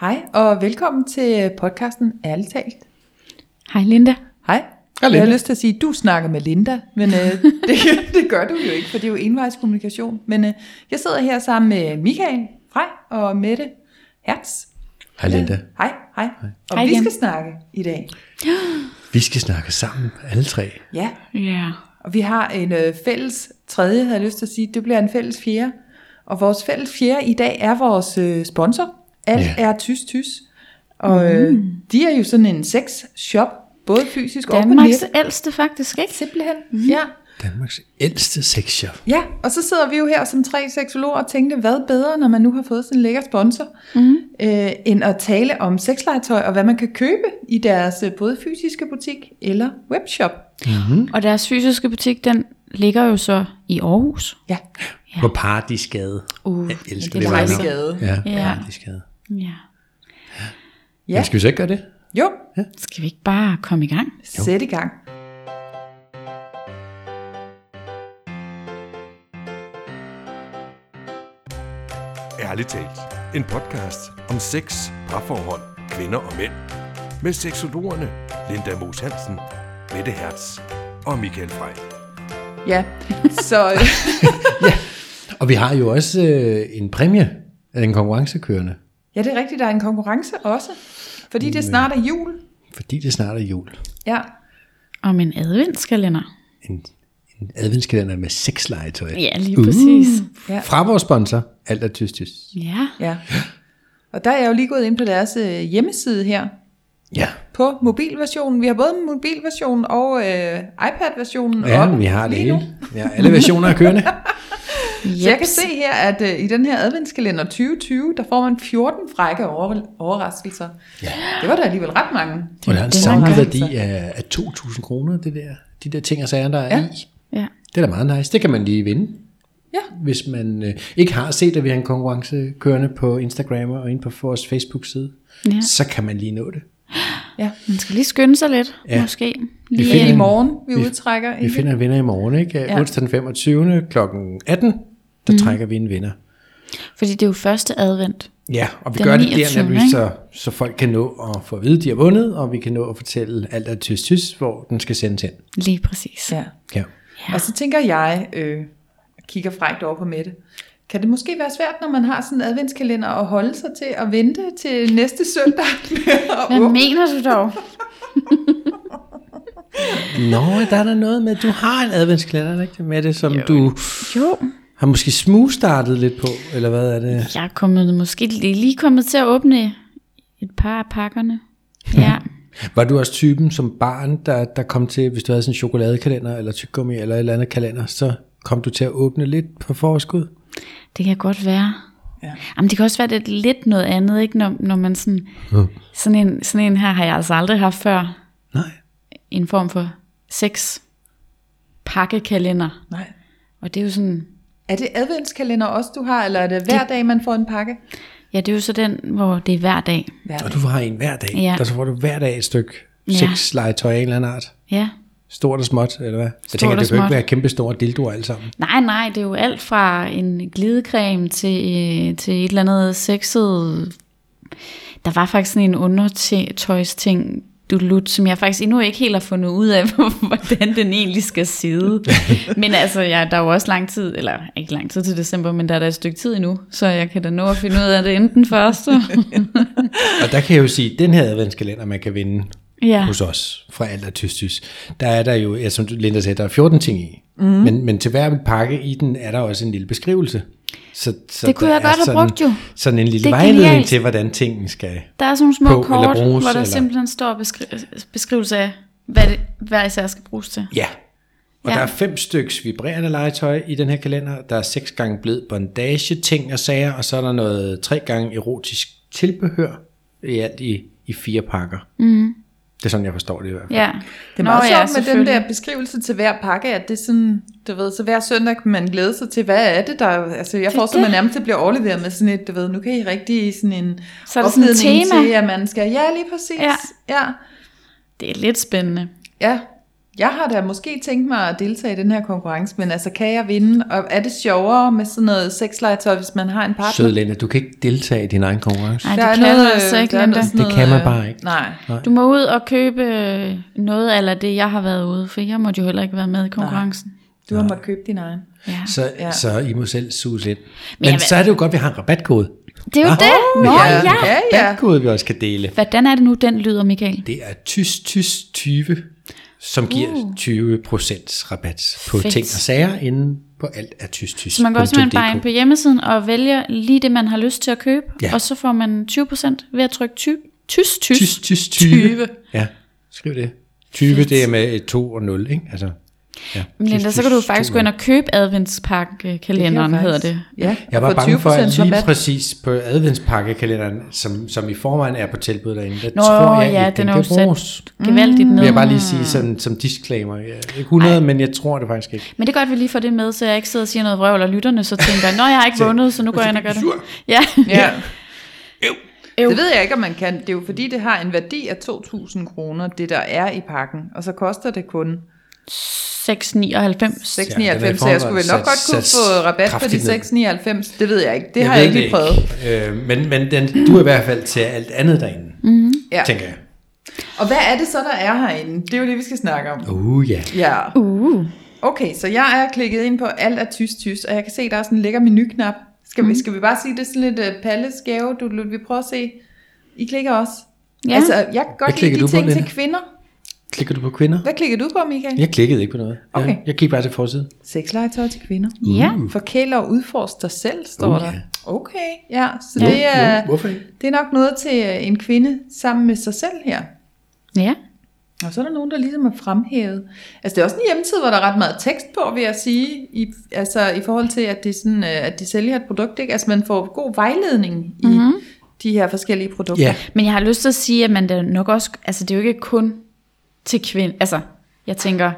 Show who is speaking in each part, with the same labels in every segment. Speaker 1: Hej og velkommen til podcasten Ærligt talt.
Speaker 2: Hej Linda.
Speaker 1: Hej.
Speaker 3: Hej,
Speaker 1: Jeg har
Speaker 3: Linda.
Speaker 1: lyst til at sige, at du snakker med Linda, men øh, det, det gør du jo ikke, for det er jo envejskommunikation. Men øh, jeg sidder her sammen med Michael Frej og Mette Hertz.
Speaker 3: Hej Linda.
Speaker 1: Hej, hej. Og
Speaker 2: Hej
Speaker 1: vi
Speaker 2: igen.
Speaker 1: skal snakke i dag.
Speaker 3: Vi skal snakke sammen, alle tre.
Speaker 1: Ja,
Speaker 2: Ja.
Speaker 1: og vi har en øh, fælles tredje, havde jeg lyst til at sige. Det bliver en fælles fjerde. Og vores fælles fjerde i dag er vores øh, sponsor. Alt
Speaker 3: Ja.
Speaker 1: er tys tys. Og øh, de er jo sådan en sex-shop, både fysisk og på
Speaker 2: Danmarks
Speaker 1: nettet.
Speaker 2: ældste faktisk, ikke?
Speaker 1: Simpelthen, mm. ja.
Speaker 3: Danmarks ældste sexshop.
Speaker 1: Ja, og så sidder vi jo her som tre seksologer og tænkte, hvad bedre, når man nu har fået sådan en lækker sponsor, mm. øh, end at tale om sexlegetøj og hvad man kan købe i deres øh, både fysiske butik eller webshop. Mm.
Speaker 2: Og deres fysiske butik, den ligger jo så i Aarhus.
Speaker 1: Ja,
Speaker 3: Ja. På Paradisgade.
Speaker 2: Uh,
Speaker 3: Jeg elsker
Speaker 2: ja,
Speaker 3: det,
Speaker 2: det er
Speaker 3: var
Speaker 2: dejligt.
Speaker 1: Paradisgade.
Speaker 3: Ja,
Speaker 2: Ja.
Speaker 3: ja. Paradisgade.
Speaker 2: Ja.
Speaker 1: Ja.
Speaker 3: Ja. Men skal vi så ikke gøre det?
Speaker 1: jo,
Speaker 2: Skal vi ikke bare komme i gang?
Speaker 1: sæt i gang.
Speaker 4: Ærligt talt. En podcast om sex, parforhold, kvinder og mænd. Med seksologerne Linda Moos Hansen, Mette Hertz og Michael Frey.
Speaker 1: Ja, så øh,
Speaker 3: Og vi har jo også øh, en præmie af en konkurrencekørende,
Speaker 1: ja, det er rigtigt, der er en konkurrence også, fordi
Speaker 3: Mm.
Speaker 1: det snart er jul.
Speaker 3: fordi det snart er jul.
Speaker 1: Ja,
Speaker 2: Om en adventskalender.
Speaker 3: En, en adventskalender med sexlegetøj. Uh.
Speaker 2: Ja, lige præcis.
Speaker 1: ja.
Speaker 3: Fra vores sponsor, Alt er tyst, tyst.
Speaker 2: Mm. Ja.
Speaker 1: ja. Og der er jeg jo lige gået ind på deres øh, hjemmeside her,
Speaker 3: Ja.
Speaker 1: på mobilversionen. Vi har både mobilversionen og øh, iPad-versionen
Speaker 3: Ja,
Speaker 1: op
Speaker 3: vi har det
Speaker 1: lige
Speaker 3: hele.
Speaker 1: nu.
Speaker 3: Ja, alle versioner er kørende.
Speaker 1: Så jeg kan se her, at øh, i den her adventskalender 2020, der får man 14 frække over- overraskelser. Ja. Det var da alligevel ret mange.
Speaker 3: Og der er en
Speaker 2: Det er
Speaker 3: samlet
Speaker 1: mange.
Speaker 3: værdi af, af 2.000 kroner, det der, de der ting og sager, der er
Speaker 1: Ja.
Speaker 3: ja. i.
Speaker 2: Ja.
Speaker 3: Det er da meget nice. Det kan man lige vinde.
Speaker 1: Ja.
Speaker 3: Hvis man øh, ikke har set, at vi har en konkurrence kørende på Instagram og inde på vores Facebook-side,
Speaker 2: Ja.
Speaker 3: ja. så kan man lige nå det.
Speaker 1: ja.
Speaker 2: Man skal lige skynde sig lidt, ja.
Speaker 3: Ja.
Speaker 2: måske.
Speaker 3: Vi
Speaker 2: Lige, øh,
Speaker 3: finder
Speaker 1: I
Speaker 3: en-
Speaker 1: morgen, vi,
Speaker 3: vi-
Speaker 1: udtrækker.
Speaker 3: Vi
Speaker 1: ikke?
Speaker 3: finder en vinder i morgen, ikke? Ja. Onsdag den 25. kl. 18, der mm. trækker vi en vinder.
Speaker 2: fordi det er jo første advent.
Speaker 3: Ja, og vi
Speaker 2: Den
Speaker 3: gør det der,
Speaker 2: 29.,
Speaker 3: nemlig,
Speaker 2: ikke?
Speaker 3: så, så folk kan nå at få at vide, at de har vundet, og vi kan nå at fortælle alt er tyst tyst, hvor den skal sendes hen.
Speaker 2: Lige præcis.
Speaker 1: Ja.
Speaker 3: Ja.
Speaker 1: Og så tænker jeg, øh, kigger frækt over på Mette, kan det måske være svært, når man har sådan en adventskalender, at holde sig til at vente til næste søndag?
Speaker 2: Hvad mener du dog?
Speaker 3: Nå, der er der noget med, at du har en adventskalender, ikke med det, som jo. du
Speaker 2: Jo,
Speaker 3: har måske smug-startet lidt på, eller hvad er det?
Speaker 2: jeg er kommet, måske lige, lige kommet til at åbne et par af pakkerne. Ja.
Speaker 3: Var du også typen som barn, der, der kom til, hvis du havde sådan en chokoladekalender, eller tyggegummi, eller et eller andet kalender, så kom du til at åbne lidt på forskud?
Speaker 2: Det kan godt være.
Speaker 1: Ja.
Speaker 2: Ja. Jamen, det kan også være det er lidt noget andet, ikke? Når, når man sådan, sådan, en, sådan en her har jeg altså aldrig haft før,
Speaker 3: Nej.
Speaker 2: en form for seks pakkekalender.
Speaker 1: Nej.
Speaker 2: Og det er jo sådan,
Speaker 1: Er det adventskalender også, du har, eller er det hver dag, man får en pakke?
Speaker 2: ja, det er jo så den, hvor det er hver dag.
Speaker 1: Hver
Speaker 3: Og du har en hver dag,
Speaker 2: Ja.
Speaker 3: og så får du hver dag et stykke
Speaker 2: Ja.
Speaker 3: sexlegetøj af en eller anden art.
Speaker 2: Ja.
Speaker 3: Stort og småt, eller hvad? Jeg tænker,
Speaker 2: og
Speaker 3: det kan jo
Speaker 2: småt.
Speaker 3: ikke være kæmpe store dildoer alle sammen.
Speaker 2: Nej, nej, det er jo alt fra en glidecreme til, øh, til et eller andet sexet. Der var faktisk sådan en undertøjsting, du lut, som jeg faktisk endnu ikke helt har fundet ud af, hvordan den egentlig skal sidde. Men altså, ja, der er jo også lang tid, eller ikke lang tid til december, men der er da et stykke tid endnu, så jeg kan da nå at finde ud af det inden den første.
Speaker 3: Og der kan jeg jo sige, at den her adventskalender, man kan vinde
Speaker 2: Ja.
Speaker 3: ja. hos os fra alt er tyst, tyst, der er der jo, ja, som du, Linda sagde, der er 14 ting i.
Speaker 2: Mhm.
Speaker 3: Mm. Men, men til hver pakke i den er der også en lille beskrivelse. Så, så
Speaker 2: Det kunne
Speaker 3: der
Speaker 2: jeg godt
Speaker 3: er
Speaker 2: have
Speaker 3: sådan,
Speaker 2: brugt jo.
Speaker 3: Sådan en lille
Speaker 2: Det er
Speaker 3: vejledning
Speaker 2: genialt.
Speaker 3: til, hvordan tingene skal.
Speaker 2: Der er sådan nogle små
Speaker 3: På eller
Speaker 2: kort,
Speaker 3: bruges,
Speaker 2: hvor der
Speaker 3: eller-
Speaker 2: simpelthen står beskri- beskrivelse af, hvad det hver især skal bruges til.
Speaker 3: Ja.
Speaker 2: Ja.
Speaker 3: Og ja. der er fem styks vibrerende legetøj i den her kalender. Der er seks gange blød bondage, ting og sager, og så er der noget tre gange erotisk tilbehør i alt i, i fire pakker. Mm.
Speaker 2: Mhm.
Speaker 3: Det er sådan, jeg forstår det i hvert fald.
Speaker 2: Ja.
Speaker 1: Det er meget Nå, sjovt ja, med den der beskrivelse til hver pakke, at det er sådan, du ved, så hver søndag kan man glæde sig til, hvad er det der, altså jeg
Speaker 2: Det er
Speaker 1: får så man
Speaker 2: det.
Speaker 1: nærmest det bliver overleveret med sådan et, du ved, nu kan I rigtig sådan en
Speaker 2: Så er der sådan et
Speaker 1: opledning
Speaker 2: tema.
Speaker 1: til, at man skal, ja lige præcis,
Speaker 2: Ja.
Speaker 1: ja,
Speaker 2: Det er lidt spændende.
Speaker 1: ja. Jeg har da måske tænkt mig at deltage i den her konkurrence, men altså kan jeg vinde? Og er det sjovere med sådan noget sexlegetøj, hvis man har en partner?
Speaker 3: Søde Lene, du kan ikke deltage i din egen konkurrence.
Speaker 2: Ej,
Speaker 1: Der
Speaker 2: det
Speaker 1: er
Speaker 2: kan
Speaker 1: noget,
Speaker 2: jeg altså
Speaker 1: øh,
Speaker 2: ikke,
Speaker 1: der er
Speaker 2: Linda.
Speaker 1: noget sådan
Speaker 3: Det kan man
Speaker 1: øh,
Speaker 3: bare ikke.
Speaker 1: Nej.
Speaker 2: Du må ud og købe øh, noget af det, jeg har været ude, for jeg måtte jo heller ikke være med i konkurrencen.
Speaker 1: Du har måttet købe din egen.
Speaker 2: Ja.
Speaker 3: Så, ja.
Speaker 1: Ja.
Speaker 3: så I må selv suge ind. Men,
Speaker 2: Men
Speaker 3: Men
Speaker 2: jeg-
Speaker 3: så er det jo godt, at vi har en rabatkode.
Speaker 2: Det er jo
Speaker 3: Åh,
Speaker 2: det. Nå,
Speaker 1: ja.
Speaker 2: ja.
Speaker 1: Ja, ja.
Speaker 3: Rabatkode, vi også kan dele.
Speaker 2: Hvordan er det nu, den lyder, Michael?
Speaker 3: Det er tys tys 20, som giver 20 rabat på
Speaker 2: Uh. Fedt.
Speaker 3: ting og sager inden på alt er tys tys.
Speaker 2: Så man går simpelthen bare ind på hjemmesiden og vælger lige det, man har lyst til at købe,
Speaker 3: Ja.
Speaker 2: og så får man 20% ved at trykke ty- tys, tys,
Speaker 3: tys tys 20.
Speaker 2: 20.
Speaker 3: Ja, skriv det. 20, det er med et 2 og 0, ikke? Altså, ja.
Speaker 2: Men Linda,
Speaker 3: Tys,
Speaker 2: så kan du
Speaker 3: tys,
Speaker 2: faktisk
Speaker 3: to
Speaker 2: gå ind
Speaker 3: nul.
Speaker 2: og købe adventspakkekalenderen,
Speaker 1: Det kan
Speaker 2: hedder
Speaker 1: jeg
Speaker 2: det.
Speaker 1: faktisk. Ja,
Speaker 3: Jeg var
Speaker 1: og få
Speaker 3: bange for,
Speaker 1: 20%
Speaker 3: at lige
Speaker 1: rabat.
Speaker 3: præcis på adventspakkekalenderen, som, som i forvejen er på tilbud derinde, der
Speaker 2: Nå,
Speaker 3: tror jeg,
Speaker 2: ja,
Speaker 3: at
Speaker 2: den
Speaker 3: den
Speaker 2: er
Speaker 3: kan
Speaker 2: jo sat-
Speaker 3: bruges.
Speaker 1: Mm.
Speaker 2: Gevaldigt ned.
Speaker 3: Vil jeg bare lige sige sådan, som disclaimer. Jeg er ikke 100, Ej. men jeg tror det faktisk ikke.
Speaker 2: Men det er godt, vi lige får det med, så jeg ikke sidder og siger noget vrøvl, og lytterne så tænker, nå, jeg har ikke vundet, så nu går jeg ind og gør det. Ja.
Speaker 1: Ja.
Speaker 2: Øv.
Speaker 1: Det ved jeg ikke, om man kan. Det er jo fordi, det har en værdi af 2.000 kroner, det der er i pakken. Og så koster det kun
Speaker 2: 6,99.
Speaker 1: 6,99,
Speaker 3: Ja, den er i
Speaker 1: så jeg skulle vel nok
Speaker 3: forvejen
Speaker 1: godt kunne få
Speaker 3: sat- sat
Speaker 1: rabat på de
Speaker 3: kraftigt ned.
Speaker 1: 6,99. Det ved jeg ikke. Det
Speaker 3: Jeg
Speaker 1: har
Speaker 3: ved
Speaker 1: jeg ikke lige prøvet.
Speaker 3: Øh, men men den, du er i hvert fald til alt andet derinde, mm.
Speaker 1: Ja.
Speaker 3: tænker jeg.
Speaker 1: Og hvad er det så, der er herinde? Det er jo det, vi skal snakke om.
Speaker 3: Uh, ja.
Speaker 1: Ja.
Speaker 2: Uh.
Speaker 1: Okay, så jeg er klikket ind på alt er tyst tyst, og jeg kan se, der er sådan en lækker menuknap. Skal, vi, skal vi bare sige, det er sådan lidt uh, palleskæve, du Lut, vi prøver at se. I klikker også.
Speaker 2: Ja.
Speaker 1: Altså, jeg kan
Speaker 3: Hvad
Speaker 1: godt lide
Speaker 3: klikker
Speaker 1: de
Speaker 3: du på,
Speaker 1: ting til
Speaker 3: Linda?
Speaker 1: kvinder.
Speaker 3: Klikker du på kvinder?
Speaker 1: Hvad klikker du på, Michael?
Speaker 3: Jeg klikkede ikke på noget.
Speaker 1: Okay.
Speaker 3: Jeg, jeg kiggede bare til forsiden.
Speaker 1: Sexlegetøj til kvinder.
Speaker 3: Mm.
Speaker 2: Ja.
Speaker 1: Forkæl og udforsk dig selv, står
Speaker 3: Uh,
Speaker 1: der.
Speaker 3: ja.
Speaker 1: Okay, ja. Så
Speaker 3: Jo,
Speaker 1: det, er,
Speaker 3: jo, hvorfor ikke?
Speaker 1: det er nok noget til øh, en kvinde sammen med sig selv her.
Speaker 2: Ja.
Speaker 1: Og så er der nogen, der ligesom er fremhævet. Altså det er også en hjemmeside, hvor der er ret meget tekst på, vil jeg sige, i, altså i forhold til, at, det er sådan, øh, at de sælger et produkt. Ikke? Altså man får god vejledning i
Speaker 2: Mhm.
Speaker 1: mm-hmm. de her forskellige produkter.
Speaker 3: Ja,
Speaker 2: Men jeg har lyst til at sige, at man da nok også, altså det er jo ikke kun til kvinden, altså jeg tænker,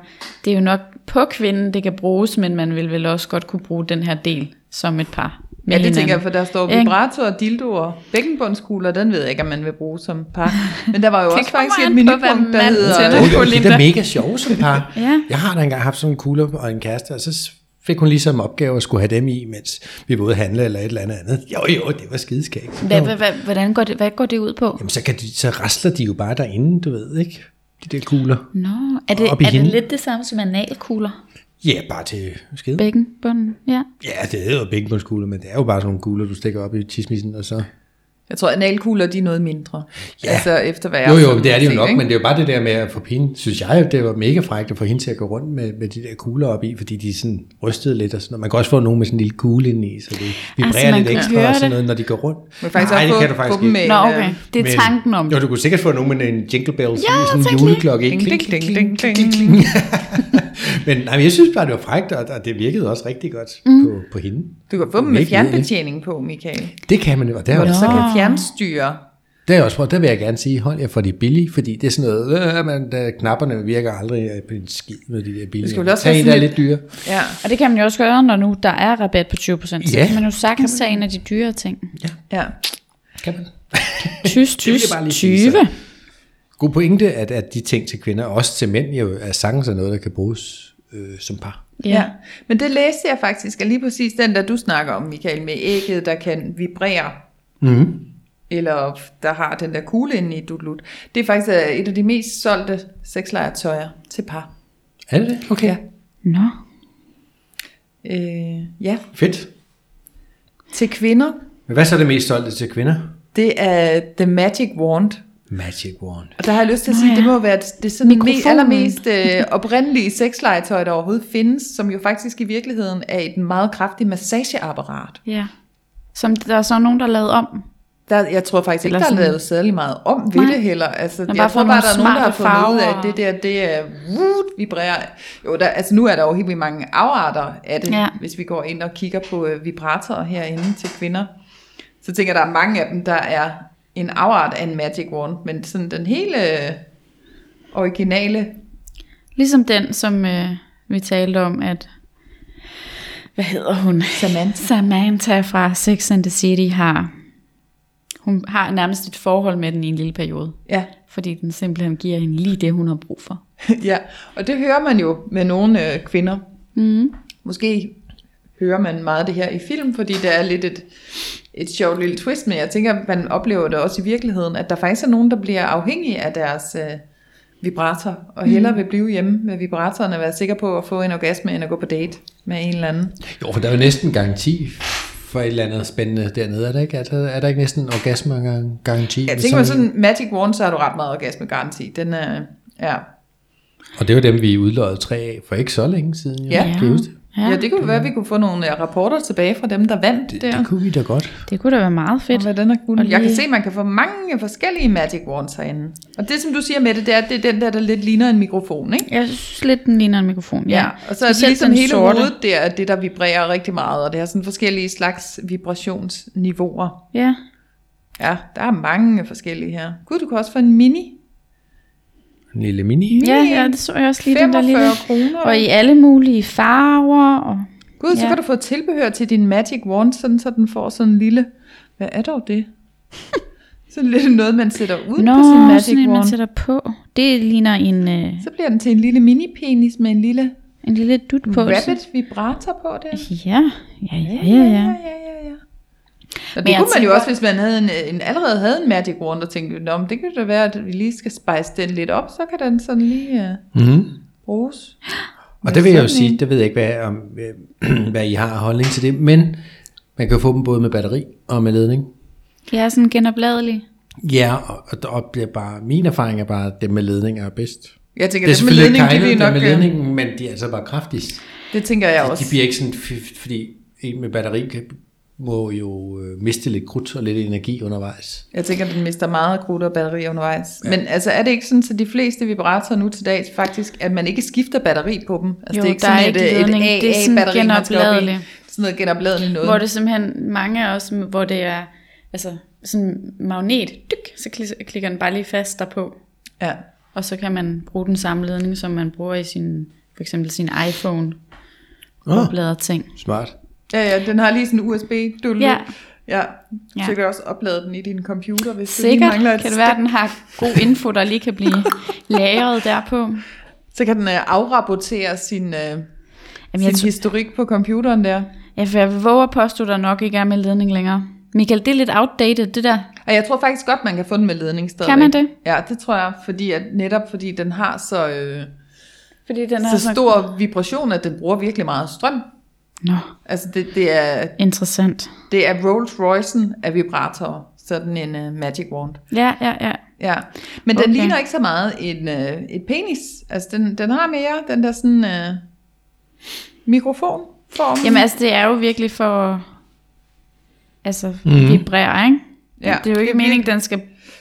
Speaker 2: det er jo nok på kvinden, det kan bruges, men man vil vel også godt kunne bruge den her del som et par. med
Speaker 1: Ja, det
Speaker 2: hinanden.
Speaker 1: tænker jeg, for der står
Speaker 2: Ikke?
Speaker 1: vibratorer, dildoer, bækkenbundskugler, den ved jeg ikke, om man vil bruge som par. Men der var jo
Speaker 2: Det
Speaker 1: også faktisk et
Speaker 2: kommer an på, hvad
Speaker 1: menupunkt, der
Speaker 2: manden
Speaker 1: hedder...
Speaker 2: tænder.
Speaker 3: Jo,
Speaker 2: på
Speaker 3: jo, de
Speaker 2: Linda.
Speaker 3: er da mega sjove som par.
Speaker 2: Ja.
Speaker 3: Jeg har da engang haft sådan en kugler og en kæreste, og så s- fik hun ligesom opgave at skulle have dem i, mens vi var ude at handle eller et eller andet andet. Jo, jo, det var skideskægt.
Speaker 2: Hvad,
Speaker 3: Jo.
Speaker 2: hvad, hvad, hvordan går det, hvad går det ud på?
Speaker 3: Jamen, så, kan de, så rasler de jo bare derinde, du ved, ikke? De der kugler.
Speaker 2: Nå, er det,
Speaker 3: Op i
Speaker 2: er det
Speaker 3: hende.
Speaker 2: lidt det samme som analkugler?
Speaker 3: Ja, bare til skide.
Speaker 2: Bækkenbunden, ja.
Speaker 3: Ja, det hedder jo bækkenbundskugler, men det er jo bare sådan nogle kugler, du stikker op i tismissen, og så...
Speaker 1: Jeg tror, analkugler, de er noget mindre.
Speaker 3: Ja.
Speaker 1: Altså efter hvad jeg
Speaker 3: Jo, jo,
Speaker 1: sådan
Speaker 3: det er
Speaker 1: har
Speaker 3: det jo
Speaker 1: set,
Speaker 3: nok,
Speaker 1: ikke?
Speaker 3: men det er jo bare det der med at få pinde, synes jeg, det var mega frækt at få hende til at gå rundt med, med de der kugler op i, fordi de sådan rystede lidt og sådan noget. Man kan også få nogen med sådan en lille kugle ind i, så det vibrerer altså,
Speaker 2: man
Speaker 3: lidt
Speaker 2: kan
Speaker 3: ekstra
Speaker 2: høre
Speaker 3: og sådan
Speaker 2: det.
Speaker 3: noget, når de går rundt.
Speaker 1: kan faktisk også få- få dem med-
Speaker 2: Nå,
Speaker 1: Men, øh,
Speaker 2: okay. Det er tanken om
Speaker 3: Jo,
Speaker 2: det.
Speaker 3: du kunne sikkert få nogen med en jingle bells,
Speaker 2: Ja,
Speaker 3: ja, sådan
Speaker 2: tak
Speaker 3: en
Speaker 2: lige.
Speaker 3: juleklokke. ikke?
Speaker 1: Ding, ding,
Speaker 3: Kling, kling,
Speaker 1: ding,
Speaker 3: kling,
Speaker 1: ding,
Speaker 3: kling, kling. Men nej, men jeg synes bare, det var frækt, og og det virkede også rigtig godt
Speaker 1: Mm.
Speaker 3: på, på hende.
Speaker 1: Du kan få dem med
Speaker 3: Mega lækkert.
Speaker 1: fjernbetjening på, Michael.
Speaker 3: Det kan man jo, og det er
Speaker 1: Hvor du
Speaker 3: også
Speaker 1: så kan fjernstyre.
Speaker 3: Det har jeg også prøvet. Der vil jeg gerne sige, hold jer for de billige, fordi det er sådan noget, øh, man, der, knapperne virker aldrig øh, på en skid med de der billige.
Speaker 1: skal vel også
Speaker 3: Tag
Speaker 1: være
Speaker 3: en, der
Speaker 1: sådan
Speaker 3: er lidt
Speaker 1: lidt-
Speaker 3: dyre.
Speaker 1: Ja.
Speaker 2: Og det kan man jo også gøre, når nu der er rabat på 20%. Så
Speaker 3: Ja.
Speaker 2: kan man jo sagtens tage en af de dyre ting.
Speaker 1: ja.
Speaker 3: Kan man?
Speaker 2: Tys,
Speaker 3: vil jeg
Speaker 2: tys,
Speaker 3: bare lige sige,
Speaker 2: 20.
Speaker 3: så. God pointe, at, at de ting til kvinder, og også til mænd, jo, er sagtens er noget, der kan bruges øh, som par.
Speaker 1: Ja. Men det læste jeg faktisk, at lige præcis den, der du snakker om, Michael, med ægget, der kan vibrere, Mhm.
Speaker 3: Mm.
Speaker 1: eller der har den der kugle inde i dudlut, det er faktisk øh, et af de mest solgte sexlegetøjer til par.
Speaker 3: Er det det? Okay. Ja.
Speaker 2: Nå.
Speaker 1: Øh, ja,
Speaker 3: Fedt.
Speaker 1: til kvinder,
Speaker 3: Men hvad så er det mest solgte til kvinder?
Speaker 1: det er The Magic Wand.
Speaker 3: Magic Wand.
Speaker 1: Og der har jeg lyst til at sige, at det må være det er sådan me-
Speaker 2: Mikrofonen.
Speaker 1: allermest øh, oprindelige sexlegetøj, der overhovedet findes, som jo faktisk i virkeligheden er et meget kraftigt massageapparat.
Speaker 2: Ja. Som der er så nogen, der er lavet om.
Speaker 1: Der, jeg tror faktisk ikke,
Speaker 2: Eller
Speaker 1: der er
Speaker 2: sådan-
Speaker 1: lavet særlig meget om ved
Speaker 2: Nej.
Speaker 1: det heller. Altså,
Speaker 2: Man
Speaker 1: jeg
Speaker 2: bare
Speaker 1: tror bare,
Speaker 2: får nogle
Speaker 1: der er nogen, der har
Speaker 2: smarte
Speaker 1: fundet ud af,
Speaker 2: farver.
Speaker 1: at det der, det er woot, vibrerer. Jo, der, altså nu er der jo helt vildt mange afarter af det,
Speaker 2: Ja.
Speaker 1: ja. hvis vi går ind og kigger på øh, vibratorer herinde til kvinder. Så tænker jeg, der er mange af dem, der er en afart af en magic wand, men sådan den hele øh, originale,
Speaker 2: Ligesom den, som øh, vi talte om, at... Hvad hedder hun?
Speaker 1: Samantha.
Speaker 2: Samantha fra Sex and the City har... Hun har nærmest et forhold med den i en lille periode.
Speaker 1: ja,
Speaker 2: Fordi den simpelthen giver hende lige det, hun har brug for.
Speaker 1: ja, og det hører man jo med nogle øh, kvinder.
Speaker 2: Mm.
Speaker 1: Måske hører man meget af det her i film, fordi det er lidt et, et sjovt lille twist, men jeg tænker, man oplever det også i virkeligheden, at der faktisk er nogen, der bliver afhængige af deres øh, vibrator, og
Speaker 2: Mm.
Speaker 1: hellere vil blive hjemme med vibratoren og være sikker på at få en orgasme, end at gå på date med en eller anden.
Speaker 3: Jo, for der er jo næsten garanti for et eller andet spændende dernede. Er der ikke, er der, er der ikke næsten en orgasme-garanti?
Speaker 1: Jeg tænker, med sådan en Magic Wand, så har du ret meget orgasmegaranti. Den er, ja.
Speaker 3: Og det var dem, vi udlodede tre af for ikke så længe siden. Jo.
Speaker 1: Ja.
Speaker 3: Kan I huske det?
Speaker 2: Ja,
Speaker 1: ja, det kunne være, at vi kunne få nogle øh, rapporter tilbage fra dem, der vandt det, der.
Speaker 3: det kunne vi da godt.
Speaker 2: det kunne da være meget fedt.
Speaker 1: Og hvad den er
Speaker 2: Og
Speaker 1: kunne. Jeg kan
Speaker 2: lige-
Speaker 1: se, at man kan få mange forskellige Magic Wands herinde. Og det, som du siger med det, det er, at det er den der, der lidt ligner en mikrofon, ikke?
Speaker 2: Jeg synes lidt, den ligner en mikrofon. Ja,
Speaker 1: Og så er det
Speaker 2: Specielt
Speaker 1: ligesom
Speaker 2: den
Speaker 1: hele
Speaker 2: sorte.
Speaker 1: hovedet der, er det, der vibrerer rigtig meget, og det har sådan forskellige slags vibrationsniveauer.
Speaker 2: Ja,
Speaker 1: Ja, der er mange forskellige her. Gud, du kan også få en mini.
Speaker 3: En lille mini.
Speaker 2: ja, ja, det så jeg også lige. den der
Speaker 1: 45
Speaker 2: lille.
Speaker 1: kroner.
Speaker 2: Og i alle mulige farver. Og...
Speaker 1: Gud, så
Speaker 2: Ja.
Speaker 1: kan du få tilbehør til din Magic Wand, sådan, så den får sådan en lille... Hvad er dog det? sådan lidt noget, man sætter ud
Speaker 2: Nå,
Speaker 1: på sin Magic
Speaker 2: sådan en, man
Speaker 1: Wand.
Speaker 2: sætter på. Det ligner en, øh,
Speaker 1: Så bliver den til en lille mini-penis med en lille
Speaker 2: en lille dut på.
Speaker 1: rabbit vibrator på der.
Speaker 2: Ja, ja, ja, ja,
Speaker 1: ja,
Speaker 2: ja.
Speaker 1: ja, ja. Og det
Speaker 2: Men jeg
Speaker 1: kunne man jo
Speaker 2: tænker-
Speaker 1: også, hvis man havde en, en, allerede havde en Magic Wand, og tænkte, Nå, men det kan da være, at vi lige skal spice den lidt op, så kan den sådan lige uh,
Speaker 3: Mm-hmm.
Speaker 1: bruges.
Speaker 3: Og det vil jeg jo sige, det ved jeg ikke, hvad, om, øh, hvad I har af holdning til det, men man kan jo få dem både med batteri og med ledning.
Speaker 2: Jeg er sådan genopladelig.
Speaker 3: Ja, og, og, og bliver bare, min erfaring er bare, at dem med ledning er bedst.
Speaker 1: Jeg tænker,
Speaker 3: Det er
Speaker 1: det, med
Speaker 3: selvfølgelig
Speaker 1: ledning,
Speaker 3: ikke
Speaker 1: det,
Speaker 3: keglet,
Speaker 1: vil
Speaker 3: nok,
Speaker 1: nok,
Speaker 3: med
Speaker 1: øh,
Speaker 3: ledningen, men de er altså bare kraftigst.
Speaker 1: det tænker jeg også.
Speaker 3: De bliver ikke sådan, f- fordi en med batteri kan, må jo øh, miste lidt krudt og lidt energi undervejs.
Speaker 1: Jeg tænker, at den mister meget krudt og batteri undervejs. Ja. Men altså, er det ikke sådan, at de fleste vibratorer nu til dags faktisk, at man ikke skifter batteri på dem? Altså,
Speaker 2: Jo,
Speaker 1: det er ikke
Speaker 2: der er
Speaker 1: sådan
Speaker 2: ikke
Speaker 1: et,
Speaker 2: ledning.
Speaker 1: et
Speaker 2: Det er sådan
Speaker 1: AA-batteri, man skal op i.
Speaker 2: genopladeligt.
Speaker 1: Sådan noget genopladeligt noget.
Speaker 2: Hvor det simpelthen mange af os, hvor det er altså, sådan magnet, dyk, så kli- klikker den bare lige fast derpå.
Speaker 1: Ja.
Speaker 2: Og så kan man bruge den samme ledning, som man bruger i sin, for eksempel sin iPhone.
Speaker 3: Åh.
Speaker 2: Oh. Blader ting.
Speaker 3: Smart.
Speaker 1: ja, ja, den har lige sådan en USB-dulle.
Speaker 2: Ja.
Speaker 1: Ja,
Speaker 2: Ja.
Speaker 1: så kan du også oplade den i din computer, hvis du lige
Speaker 2: Sikkert
Speaker 1: mangler et
Speaker 2: kan det være, at den har god info, der lige kan blive lagret derpå.
Speaker 1: stik. Så kan den øh, afrapportere sin, øh, Jamen,
Speaker 2: Jamen,
Speaker 1: sin
Speaker 2: jeg,
Speaker 1: tror...
Speaker 2: tror,
Speaker 1: historik på computeren der.
Speaker 2: jeg, jeg våger at påstå, der nok ikke er med ledning længere. Michael, det er lidt outdated, det der.
Speaker 1: Og jeg tror faktisk godt, man kan få den med ledning stadigvæk.
Speaker 2: Kan man det?
Speaker 1: Ja, det tror jeg, fordi at, netop fordi den har så, øh,
Speaker 2: Fordi den er
Speaker 1: så stor vibration, at den bruger virkelig meget strøm.
Speaker 2: Nå,
Speaker 1: Altså det, det er,
Speaker 2: interessant.
Speaker 1: det er Rolls Royce'en af vibratorer, sådan en uh, Magic Wand.
Speaker 2: Ja, ja, ja.
Speaker 1: Ja, men den
Speaker 2: Okay.
Speaker 1: ligner ikke så meget en, øh, et penis. Altså den, den har mere den der sådan øh, mikrofonform.
Speaker 2: Jamen altså, det er jo virkelig for altså, mm. vibrere, ikke?
Speaker 1: Ja.
Speaker 2: Det er jo ikke
Speaker 1: Det er
Speaker 2: meningen, den skal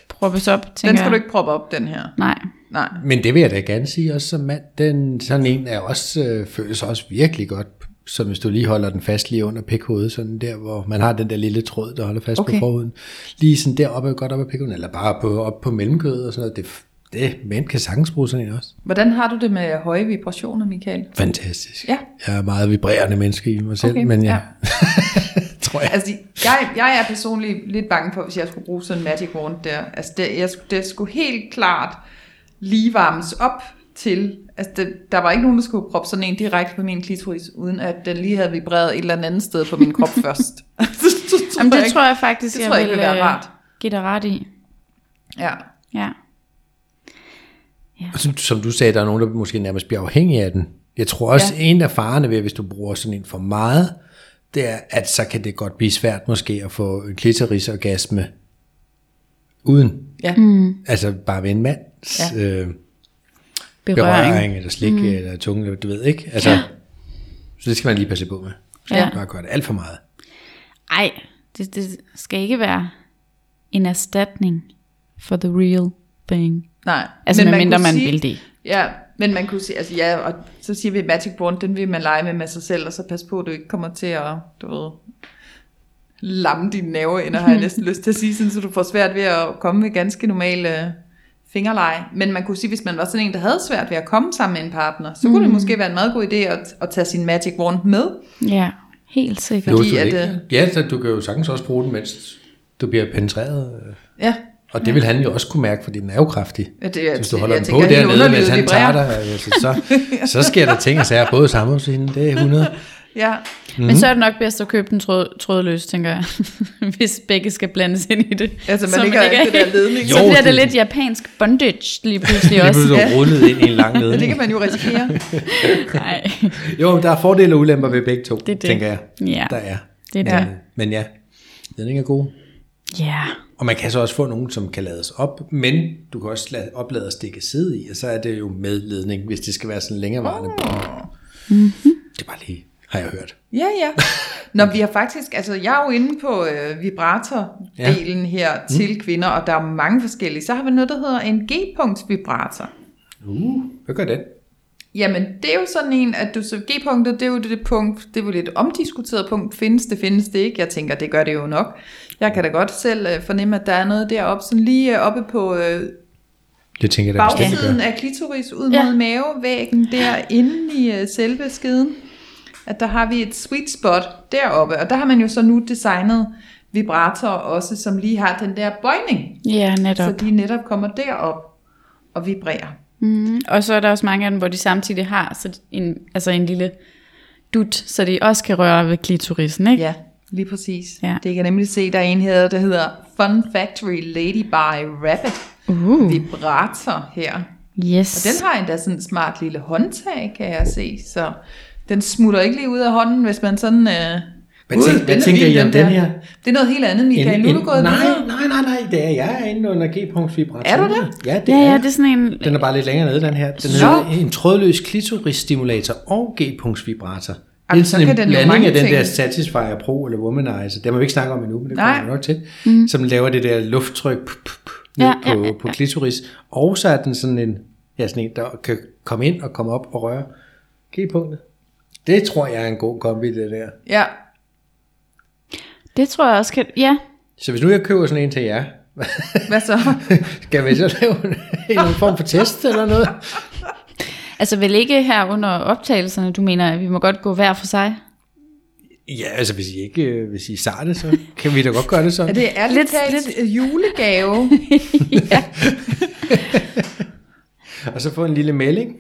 Speaker 2: proppes op, tænker
Speaker 1: Den skal du
Speaker 2: jeg.
Speaker 1: ikke proppe op, den her.
Speaker 2: Nej.
Speaker 1: Nej.
Speaker 3: Men det vil jeg da gerne sige også som mand. Den, sådan en er også, øh, føles også virkelig godt, som hvis du lige holder den fast lige under pikhovedet, sådan der, hvor man har den der lille tråd, der holder fast okay. på
Speaker 1: Okay.
Speaker 3: forhuden. Lige sådan deroppe, godt op ad pikhovedet, eller bare på, op på mellemkødet og sådan noget. Det, det, mænd kan sagtens bruge sådan en også.
Speaker 1: Hvordan har du det med høje vibrationer, Michael?
Speaker 3: Fantastisk.
Speaker 1: Ja.
Speaker 3: Jeg er meget vibrerende menneske i mig selv, okay.
Speaker 1: Okay,
Speaker 3: men jeg ja.
Speaker 1: ja.
Speaker 3: tror jeg.
Speaker 1: Altså, jeg, jeg er personligt lidt bange for, hvis jeg skulle bruge sådan en magic wand der. Altså, det, jeg, skulle- det skulle helt klart lige varmes op til. Altså, det, der var ikke nogen, der skulle proppe sådan en direkte på min klitoris, uden at den lige havde vibreret et eller andet sted på min krop først. Altså, det, det,
Speaker 2: Jamen, det tror jeg faktisk,
Speaker 1: det tror jeg ikke vil være
Speaker 2: øh,
Speaker 1: rart.
Speaker 2: give dig ret i.
Speaker 1: Ja.
Speaker 2: Ja.
Speaker 3: Som, Altså, som du sagde, der er nogen, der måske nærmest bliver afhængige af den. Jeg tror også, ja. en af farerne ved, hvis du bruger sådan en for meget, det er, at så kan det godt blive svært måske at få en klitorisorgasme uden.
Speaker 1: Ja. Mm.
Speaker 3: Altså bare ved en mands ja.
Speaker 1: Ja.
Speaker 3: øh,
Speaker 2: Berøring.
Speaker 3: berøring, eller slik, mm. eller tunge, eller du ved ikke. Altså, ja. Så det skal man lige passe på med.
Speaker 2: Ja.
Speaker 3: Bare gør det alt for meget.
Speaker 2: Ej, det, det skal ikke være en erstatning for the real thing.
Speaker 1: Nej.
Speaker 2: Altså,
Speaker 1: Men man
Speaker 2: medmindre
Speaker 1: kunne
Speaker 2: man, man
Speaker 1: sige-
Speaker 2: vil det.
Speaker 1: Ja, men man kunne sige, altså ja, og så siger vi, at Magic Wand, den vil man lege med med sig selv, og så pas på, at du ikke kommer til at, du ved, lamme dine nerve ind, og har jeg næsten lyst til at sige, sådan, så du får svært ved at komme med ganske normale fingerleje. Men man kunne sige, hvis man var sådan en, der havde svært ved at komme sammen med en partner, så
Speaker 2: Mm.
Speaker 1: kunne det måske være en meget god idé at, at tage sin Magic Wand med.
Speaker 2: Ja, helt sikkert.
Speaker 1: Fordi
Speaker 3: du
Speaker 1: at,
Speaker 3: ikke. Ja, så du kan jo sagtens også bruge den, mens du bliver penetreret. øh.
Speaker 1: Ja,
Speaker 3: Og det vil han jo også kunne mærke, fordi den er jo kraftig.
Speaker 1: Ja, det er-
Speaker 3: så hvis du
Speaker 1: jeg
Speaker 3: holder den på
Speaker 1: tænker, at den
Speaker 3: dernede, mens
Speaker 1: underlyde
Speaker 3: han tager dig,
Speaker 1: vibrerer.
Speaker 3: altså, så, så sker der ting og sager både sammen hos hende, det er 100.
Speaker 1: Ja.
Speaker 2: Mm. Men så er det nok bedst at købe den tråd, trådløs, tænker jeg. Hvis begge skal blandes ind i det.
Speaker 1: Altså, man
Speaker 2: Så
Speaker 1: ligger ikke det der ledning.
Speaker 2: Så
Speaker 3: Jo,
Speaker 2: bliver det
Speaker 3: det-
Speaker 2: lidt japansk bondage lige pludselig
Speaker 3: Det
Speaker 2: også.
Speaker 3: bliver så rullet ind i en lang
Speaker 1: Ja, det
Speaker 3: ledning.
Speaker 1: kan man jo risikere.
Speaker 2: Nej,
Speaker 3: Jo, men der er fordele og ulemper ved begge to, det
Speaker 2: er det.
Speaker 3: tænker jeg.
Speaker 2: Ja.
Speaker 3: Der er.
Speaker 2: det er
Speaker 1: Ja.
Speaker 2: det.
Speaker 3: Men ja, ledning er god.
Speaker 2: Ja.
Speaker 3: Og man kan så også få nogen, som kan lades op, men du kan også lade, oplade at stikke side i, og så er det jo med ledning, hvis det skal være sådan længerevarende. Mm-hmm. Det var lige, har jeg hørt.
Speaker 1: Ja, ja. Nå, vi har faktisk, altså jeg er jo inde på øh, vibrator-delen her til kvinder, og der er mange forskellige. Så har vi noget, der hedder en G-punkts-vibrator.
Speaker 3: Uh, hvad gør den?
Speaker 1: Jamen, det er jo sådan en, at du så G-punktet, det er jo det punkt, det er jo lidt omdiskuteret punkt. Findes det, findes det ikke? Jeg tænker, det gør det jo nok. Jeg kan da godt selv øh, fornemme, at der er noget deroppe, sådan lige øh, oppe på øh,
Speaker 3: Det tænker jeg da bestemt, det
Speaker 1: bagsiden
Speaker 3: gør.
Speaker 1: af klitoris, ud mod
Speaker 2: Ja.
Speaker 1: ja. mavevæggen, derinde i øh, selve skeden, at der har vi et sweet spot deroppe, og der har man jo så nu designet vibratorer også, som lige har den der bøjning,
Speaker 2: Ja, netop.
Speaker 1: så de netop kommer derop og vibrerer.
Speaker 2: Mm. Og så er der også mange af dem, hvor de samtidig har så en, altså en lille dut, så de også kan røre ved klitorisen, ikke?
Speaker 1: Ja, lige præcis.
Speaker 2: Ja.
Speaker 1: Ja. Det kan jeg nemlig se, der er en her, der hedder Fun Factory Lady by Rabbit
Speaker 2: Uh,
Speaker 1: vibrator her. Og
Speaker 2: yes.
Speaker 1: den har endda sådan en smart lille håndtag, kan jeg se, så den smutter ikke lige ud af hånden, hvis man sådan... Øh,
Speaker 3: Hvad tænker-
Speaker 1: "Gud,
Speaker 3: hvad
Speaker 1: er
Speaker 3: tænker
Speaker 1: vild,
Speaker 3: I om den
Speaker 1: der."
Speaker 3: her?
Speaker 1: Det er noget helt andet, Michael. nu er du gået
Speaker 3: nej,
Speaker 1: videre.
Speaker 3: nej, nej, nej, det er jeg er inde under G-punktsvibrator.
Speaker 1: Er du det?
Speaker 3: Ja, det
Speaker 2: Ja,
Speaker 3: er
Speaker 2: ja,
Speaker 3: jeg.
Speaker 2: det er sådan en...
Speaker 3: Den er bare lidt længere nede, den her. Den
Speaker 1: Nå.
Speaker 3: hedder en trådløs klitorisstimulator og G-punktsvibrator. Det er
Speaker 1: Jamen, så
Speaker 3: sådan en
Speaker 1: kan den jo
Speaker 3: blanding
Speaker 1: mange
Speaker 3: af den
Speaker 1: ting.
Speaker 3: der Satisfyer Pro eller Womanizer. Det har vi jo ikke snakket om endnu, men det
Speaker 1: Nej.
Speaker 3: kommer vi nok til. Mm. Som laver det der lufttryk p- p- p- ned
Speaker 2: Ja,
Speaker 3: på,
Speaker 2: ja, ja,
Speaker 3: på
Speaker 2: ja.
Speaker 3: klitoris. Og så er den sådan en, ja, sådan en, der kan komme ind og komme op og røre G-punktet. Det tror jeg er en god kombi, det der.
Speaker 1: Ja.
Speaker 2: Det tror jeg også kan... Ja,
Speaker 3: Så hvis nu jeg køber sådan en til jer,
Speaker 1: Hvad så?
Speaker 3: skal vi så lave en, en eller anden form for test eller noget?
Speaker 2: altså vel ikke her under optagelserne, du mener, at vi må godt gå hver for sig?
Speaker 3: Ja, altså hvis I ikke øh, hvis I sart det, så kan vi da godt gøre det sådan.
Speaker 1: Er det ærligt
Speaker 2: Lidt-
Speaker 1: lidt, talt lidt. julegave?
Speaker 3: Og så få en lille melding.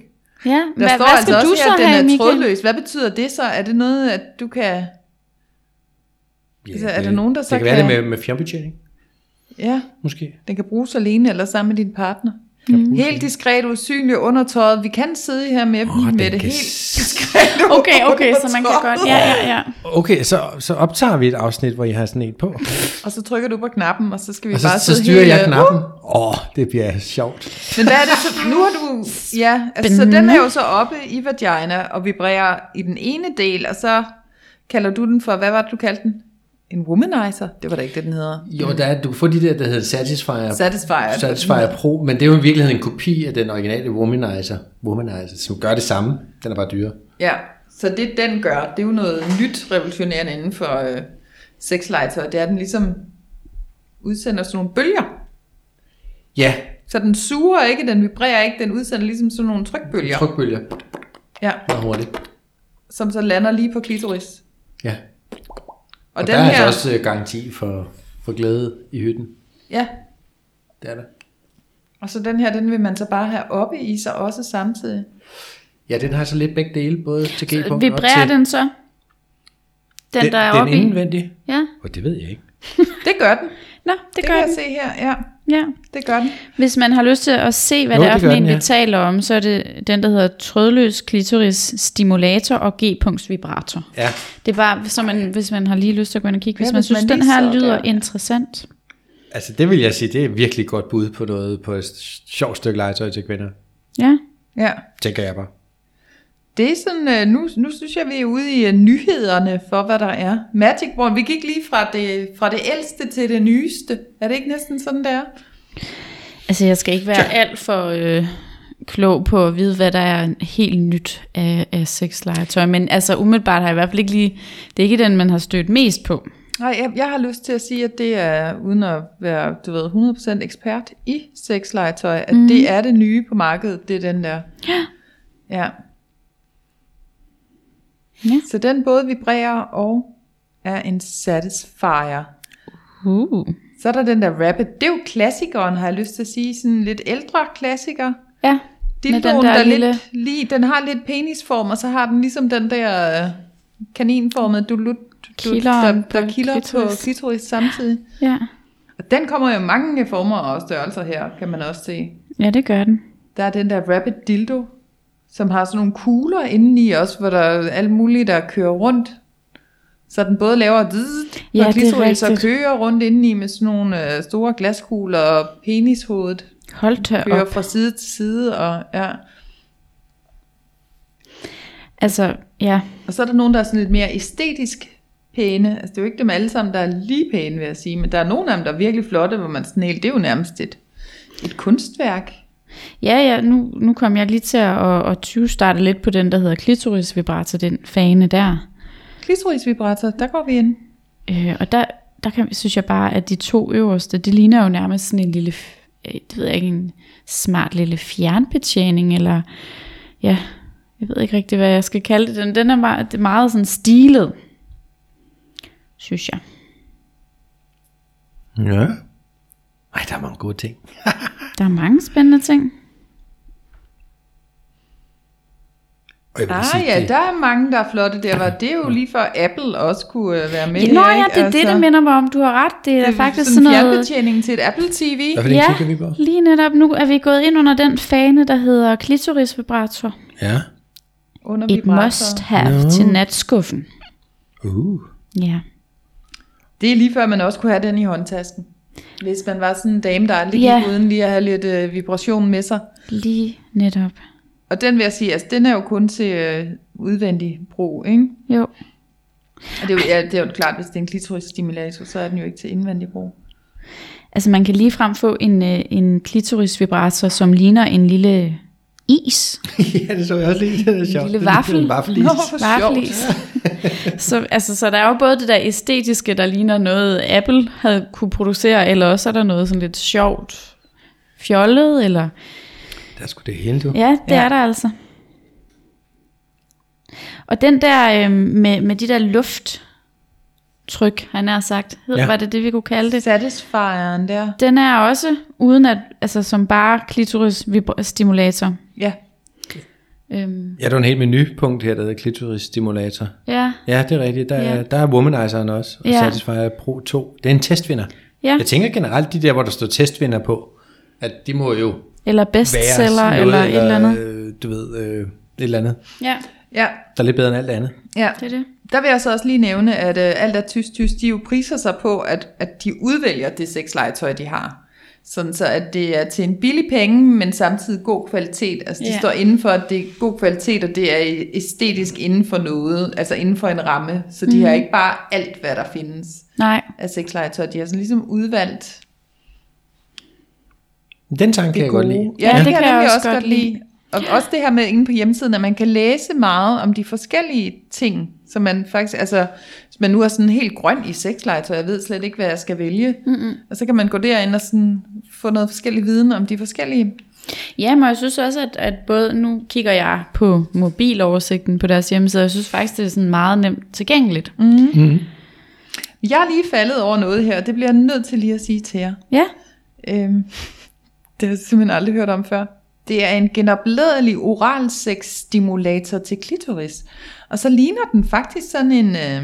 Speaker 2: Ja,
Speaker 1: Der
Speaker 2: hvad,
Speaker 1: står
Speaker 2: hvad
Speaker 1: altså
Speaker 2: skal
Speaker 1: også
Speaker 2: du
Speaker 1: her,
Speaker 2: så
Speaker 1: at
Speaker 2: have,
Speaker 1: den er
Speaker 2: Michael?
Speaker 1: trådløs. Hvad betyder det så? Er det noget, at du kan...
Speaker 3: Ja,
Speaker 1: Altså, er der nogen, der
Speaker 3: det
Speaker 1: så
Speaker 3: kan... Det kan
Speaker 1: kan-
Speaker 3: være det med, med fjernbetjening,
Speaker 1: Ja,
Speaker 3: måske.
Speaker 1: den kan bruges alene eller sammen med din partner. Mm. Helt diskret, usynlig undertøjet. Vi kan sidde her med, oh,
Speaker 3: Åh,
Speaker 1: med
Speaker 3: den
Speaker 1: det
Speaker 3: kan
Speaker 1: helt
Speaker 3: s-
Speaker 1: diskret.
Speaker 2: Okay, okay, så man kan godt... Ja, ja, ja.
Speaker 3: Okay, så, så optager vi et afsnit, hvor I har sådan et på.
Speaker 1: Og så trykker du på knappen, og så skal vi
Speaker 3: Og så,
Speaker 1: bare
Speaker 3: så
Speaker 1: sidde
Speaker 3: styrer
Speaker 1: helt,
Speaker 3: jeg
Speaker 1: øh,
Speaker 3: knappen. Åh, oh, det bliver sjovt.
Speaker 1: Men hvad er det så? Nu har du... Ja, altså så den er jo så oppe i vagina og vibrerer i den ene del, og så kalder du den for... Hvad var det, du kaldte den? En womanizer? Det var da ikke det, den hedder.
Speaker 3: Jo, der er, du får de der, der hedder Satisfyer,
Speaker 1: Satisfyer.
Speaker 3: Satisfyer Pro, men det er jo i virkeligheden en kopi af den originale Womanizer, Womanizer som gør det samme. Den er bare dyrere.
Speaker 1: Ja, så det den gør, det er jo noget nyt revolutionerende inden for øh, sexlegetøj. Det er, at den ligesom udsender sådan nogle bølger.
Speaker 3: Ja,
Speaker 1: Så den suger ikke, den vibrerer ikke, den udsender ligesom sådan nogle trykbølger.
Speaker 3: trykbølger.
Speaker 1: Ja,
Speaker 3: Meget hurtigt.
Speaker 1: som så lander lige på klitoris.
Speaker 3: Ja.
Speaker 1: Og,
Speaker 3: Og,
Speaker 1: og
Speaker 3: der
Speaker 1: den
Speaker 3: er
Speaker 1: her,
Speaker 3: altså også øh, garanti for, for glæde i hytten.
Speaker 1: ja,
Speaker 3: Det er der.
Speaker 1: og så den her, den vil man så bare have oppe i sig også samtidig.
Speaker 3: Ja, den har så lidt begge dele, både til G-punkt
Speaker 2: Vibrerer
Speaker 3: og til
Speaker 2: den så? Den, der er
Speaker 3: den
Speaker 2: oppe i?
Speaker 3: indvendige.
Speaker 2: Ja,
Speaker 3: Og det ved jeg ikke.
Speaker 1: Det gør den, det,
Speaker 2: nå, det
Speaker 1: det
Speaker 2: gør
Speaker 1: kan
Speaker 2: den.
Speaker 1: jeg se her, ja,
Speaker 2: Ja.
Speaker 1: det gør den.
Speaker 2: Hvis man har lyst til at se, hvad
Speaker 3: Jo,
Speaker 2: jo, det er
Speaker 3: det
Speaker 2: for
Speaker 3: gør
Speaker 2: en,
Speaker 3: den,
Speaker 2: vi
Speaker 3: ja.
Speaker 2: taler om, så er det den, der hedder trådløs klitoris stimulator og G-punktsvibrator.
Speaker 3: Ja,
Speaker 2: Det er bare, så man, hvis man har lige lyst til at gå ind og kigge, hvis
Speaker 1: Ja,
Speaker 2: man
Speaker 1: hvis
Speaker 2: synes,
Speaker 1: man
Speaker 2: den
Speaker 1: lige
Speaker 2: her
Speaker 1: så
Speaker 2: lyder
Speaker 1: der.
Speaker 2: interessant.
Speaker 3: altså det vil jeg sige, det er et virkelig godt bud på noget, på et sjovt stykke legetøj til kvinder,
Speaker 2: Ja,
Speaker 1: Ja.
Speaker 3: tænker jeg bare.
Speaker 1: Det er sådan, øh, nu, nu synes jeg, vi er ude i øh, nyhederne for, hvad der er. Magic Wand, vi gik lige fra det, fra det ældste til det nyeste. Er det ikke næsten sådan, det er?
Speaker 2: altså jeg skal ikke være alt for øh, klog på at vide, hvad der er helt nyt af, af sexlegetøj, men altså umiddelbart har jeg i hvert fald ikke lige, det er ikke den, man har stødt mest på.
Speaker 1: Nej, jeg, jeg har lyst til at sige, at det er, uden at være, du ved, 100% ekspert i sexlegetøj, at mm. det er det nye på markedet, det er den der.
Speaker 2: Ja.
Speaker 1: Ja.
Speaker 2: Ja.
Speaker 1: Så den både vibrerer og er en satisfier.
Speaker 2: Uh.
Speaker 1: Så er der den der Rabbit. Det er jo klassikeren, har jeg lyst til at sige. Sådan en lidt ældre klassiker.
Speaker 2: Ja,
Speaker 1: Dildoen, den der, der lille... lidt, lige, den har lidt penisform, og så har den ligesom den der øh, kaninformede dulut, du,
Speaker 2: Kilderen
Speaker 1: der, der
Speaker 2: på
Speaker 1: kilder på
Speaker 2: klitoris.
Speaker 1: klitoris samtidig.
Speaker 2: ja.
Speaker 1: Og den kommer jo i mange former og størrelser her, kan man også se.
Speaker 2: ja det gør den.
Speaker 1: Der er den der Rabbit Dildo, som har sådan nogle kugler indeni også, hvor der er alt muligt, der kører rundt. Så den både laver zzz,
Speaker 2: Ja, det
Speaker 1: ja,
Speaker 2: er
Speaker 1: klitoris, så
Speaker 2: rigtigt.
Speaker 1: kører rundt indeni med sådan nogle øh, store glaskugler, og penishovedet
Speaker 2: Hold tør
Speaker 1: kører
Speaker 2: op.
Speaker 1: fra side til side. Og, ja.
Speaker 2: Altså, ja.
Speaker 1: og så er der nogen, der er sådan lidt mere æstetisk pæne. Altså, det er jo ikke dem alle sammen, der er lige pæne, vil jeg sige. Men der er nogle af dem, der er virkelig flotte, hvor man sådan helt, det er jo nærmest et, et kunstværk.
Speaker 2: Ja, ja, nu, nu kom jeg lige til at, at, at 20 starte lidt på den, der hedder klitorisvibrator, den fane der.
Speaker 1: Klitorisvibrator, der går vi ind.
Speaker 2: Øh, og der, der kan, synes jeg bare, at de to øverste, det ligner jo nærmest sådan en lille, f- øh, det ved jeg ikke, en smart lille fjernbetjening, eller ja, jeg ved ikke rigtig, hvad jeg skal kalde det. Den, den er meget, det er meget sådan stilet, synes jeg.
Speaker 3: Ja. Ej, der er mange gode ting.
Speaker 2: Der er mange spændende ting.
Speaker 3: Og jeg vil lige
Speaker 1: Ah
Speaker 3: sige,
Speaker 1: ja,
Speaker 3: det-
Speaker 1: der er mange, der er flotte der. Var. Det er jo lige for, at Apple også kunne øh, være med.
Speaker 2: Ja, Nå
Speaker 1: her,
Speaker 2: ja,
Speaker 1: ikke?
Speaker 2: det er det, det minder mig om. Du har ret. Det er,
Speaker 1: altså- det
Speaker 2: det er faktisk
Speaker 1: sådan
Speaker 2: sådan noget...
Speaker 1: fjernbetjening til et Apple TV.
Speaker 3: Hvad for en kigger vi på?
Speaker 2: lige netop nu er vi gået ind under den fane, der hedder klitorisvibrator.
Speaker 3: Ja.
Speaker 1: Under
Speaker 2: Et
Speaker 1: vibrator.
Speaker 2: must have
Speaker 3: Nå.
Speaker 2: no. til natskuffen.
Speaker 3: Uh.
Speaker 2: Ja.
Speaker 1: Det er lige før, man også kunne have den i håndtasken. Hvis man var sådan en dame, der aldrig gik
Speaker 2: Ja.
Speaker 1: uden lige at have lidt øh, vibration med sig.
Speaker 2: Lige netop.
Speaker 1: Og den vil jeg sige, altså den er jo kun til øh, udvendig brug, ikke?
Speaker 2: Jo.
Speaker 1: Og det er, jo, ja, det er jo klart, hvis det er en klitorisstimulator, så er den jo ikke til indvendig brug.
Speaker 2: Altså man kan ligefrem få en, øh, en klitorisvibrator, som ligner en lille is.
Speaker 3: ja, det så jeg også lige. Det er sjovt.
Speaker 2: lille
Speaker 3: Det er
Speaker 2: vaffel.
Speaker 3: en vaffelis.
Speaker 1: Nå, hvor
Speaker 2: Vaffelis. så, altså, så der er jo både det der æstetiske, der ligner noget Apple havde kunne producere, eller også er der noget sådan lidt sjovt fjollet, eller
Speaker 3: Der skulle det hele, du.
Speaker 2: Ja, det ja. er der altså. Og den der øh, med, med de der lufttryk, han har sagt, hed,
Speaker 3: Ja.
Speaker 2: ja. var det det, vi kunne kalde det?
Speaker 1: Satisfieren der.
Speaker 2: Den er også uden at, altså som bare klitoris-stimulator.
Speaker 1: Ja,
Speaker 2: Øhm,
Speaker 3: Ja, der er en helt menupunkt her, der hedder klitorisstimulator.
Speaker 2: ja,
Speaker 3: Ja, det er rigtigt. Der, er,
Speaker 2: Ja.
Speaker 3: der er womanizeren også, og
Speaker 2: Ja.
Speaker 3: Satisfyer Pro 2. Det er en testvinder.
Speaker 2: Ja.
Speaker 3: Jeg tænker generelt, de der, hvor der står testvinder på, at de må jo
Speaker 2: eller
Speaker 3: være
Speaker 2: bestseller,
Speaker 3: noget,
Speaker 2: eller et eller andet.
Speaker 3: øh, Du ved, øh, et eller andet.
Speaker 2: Ja,
Speaker 1: ja,
Speaker 3: Der er lidt bedre end alt andet.
Speaker 1: ja.
Speaker 2: det er det.
Speaker 1: Der vil jeg så også lige nævne, at øh, alt er tysk tysk, de jo priser sig på, at, at de udvælger det sexlegetøj, de har. Sådan så, at det er til en billig penge, men samtidig god kvalitet. Altså, de
Speaker 2: Ja.
Speaker 1: står inden for, at det er god kvalitet, og det er æstetisk inden for noget, altså inden for en ramme. Så de har ikke bare alt, hvad der findes
Speaker 2: Nej,
Speaker 1: af sexlegetøj. De har sådan ligesom udvalgt
Speaker 3: Den tanke kan jeg godt
Speaker 1: gode.
Speaker 3: lide.
Speaker 1: Ja, ja, det kan jeg
Speaker 2: nemlig
Speaker 1: også, også godt lide. Og også det her med inde på hjemmesiden, at man kan læse meget om de forskellige ting, så man faktisk, altså, hvis man nu er sådan helt grøn i sexlegetøj, jeg ved slet ikke, hvad jeg skal vælge, Mm-mm. og så kan man gå derind og sådan få noget forskellig viden om de forskellige.
Speaker 2: Ja, men jeg synes også, at, at både nu kigger jeg på mobiloversigten på deres hjemmeside, og jeg synes faktisk, det er sådan meget nemt tilgængeligt. Mm.
Speaker 1: Jeg er lige faldet over noget her, og det bliver jeg nødt til lige at sige til jer.
Speaker 2: Ja,
Speaker 1: Øhm, det har jeg simpelthen aldrig hørt om før. Det er en genopladelig oral stimulator til klitoris. Og så ligner den faktisk sådan en, øh,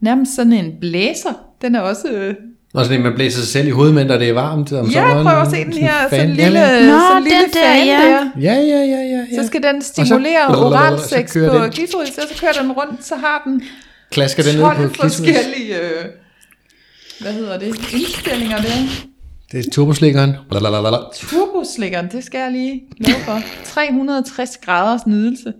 Speaker 1: nærmest sådan en blæser. Den er også, øh,
Speaker 3: Og sådan en, man blæser sig selv i hovedet, men når det er varmt om
Speaker 1: ja,
Speaker 3: sommeren.
Speaker 1: prøv at se den her, sådan en
Speaker 3: fan-
Speaker 1: lille,
Speaker 3: Ja,
Speaker 2: Nå,
Speaker 1: sådan en lille
Speaker 2: den der,
Speaker 1: fan
Speaker 2: ja.
Speaker 1: der.
Speaker 3: Ja, ja, ja, ja. ja.
Speaker 1: Så skal den stimulere
Speaker 3: Og så-
Speaker 1: oral
Speaker 3: og så
Speaker 1: sex
Speaker 3: kører
Speaker 1: på
Speaker 3: den.
Speaker 1: klitoris, og så kører den rundt, så har den
Speaker 3: Klasker den ned
Speaker 1: 12
Speaker 3: på klitoris.
Speaker 1: forskellige, øh, hvad hedder det, indstillinger der.
Speaker 3: Det er turboslikkeren. Blablabla.
Speaker 1: Turboslikkeren, det skal jeg lige love for. 360 graders nydelse.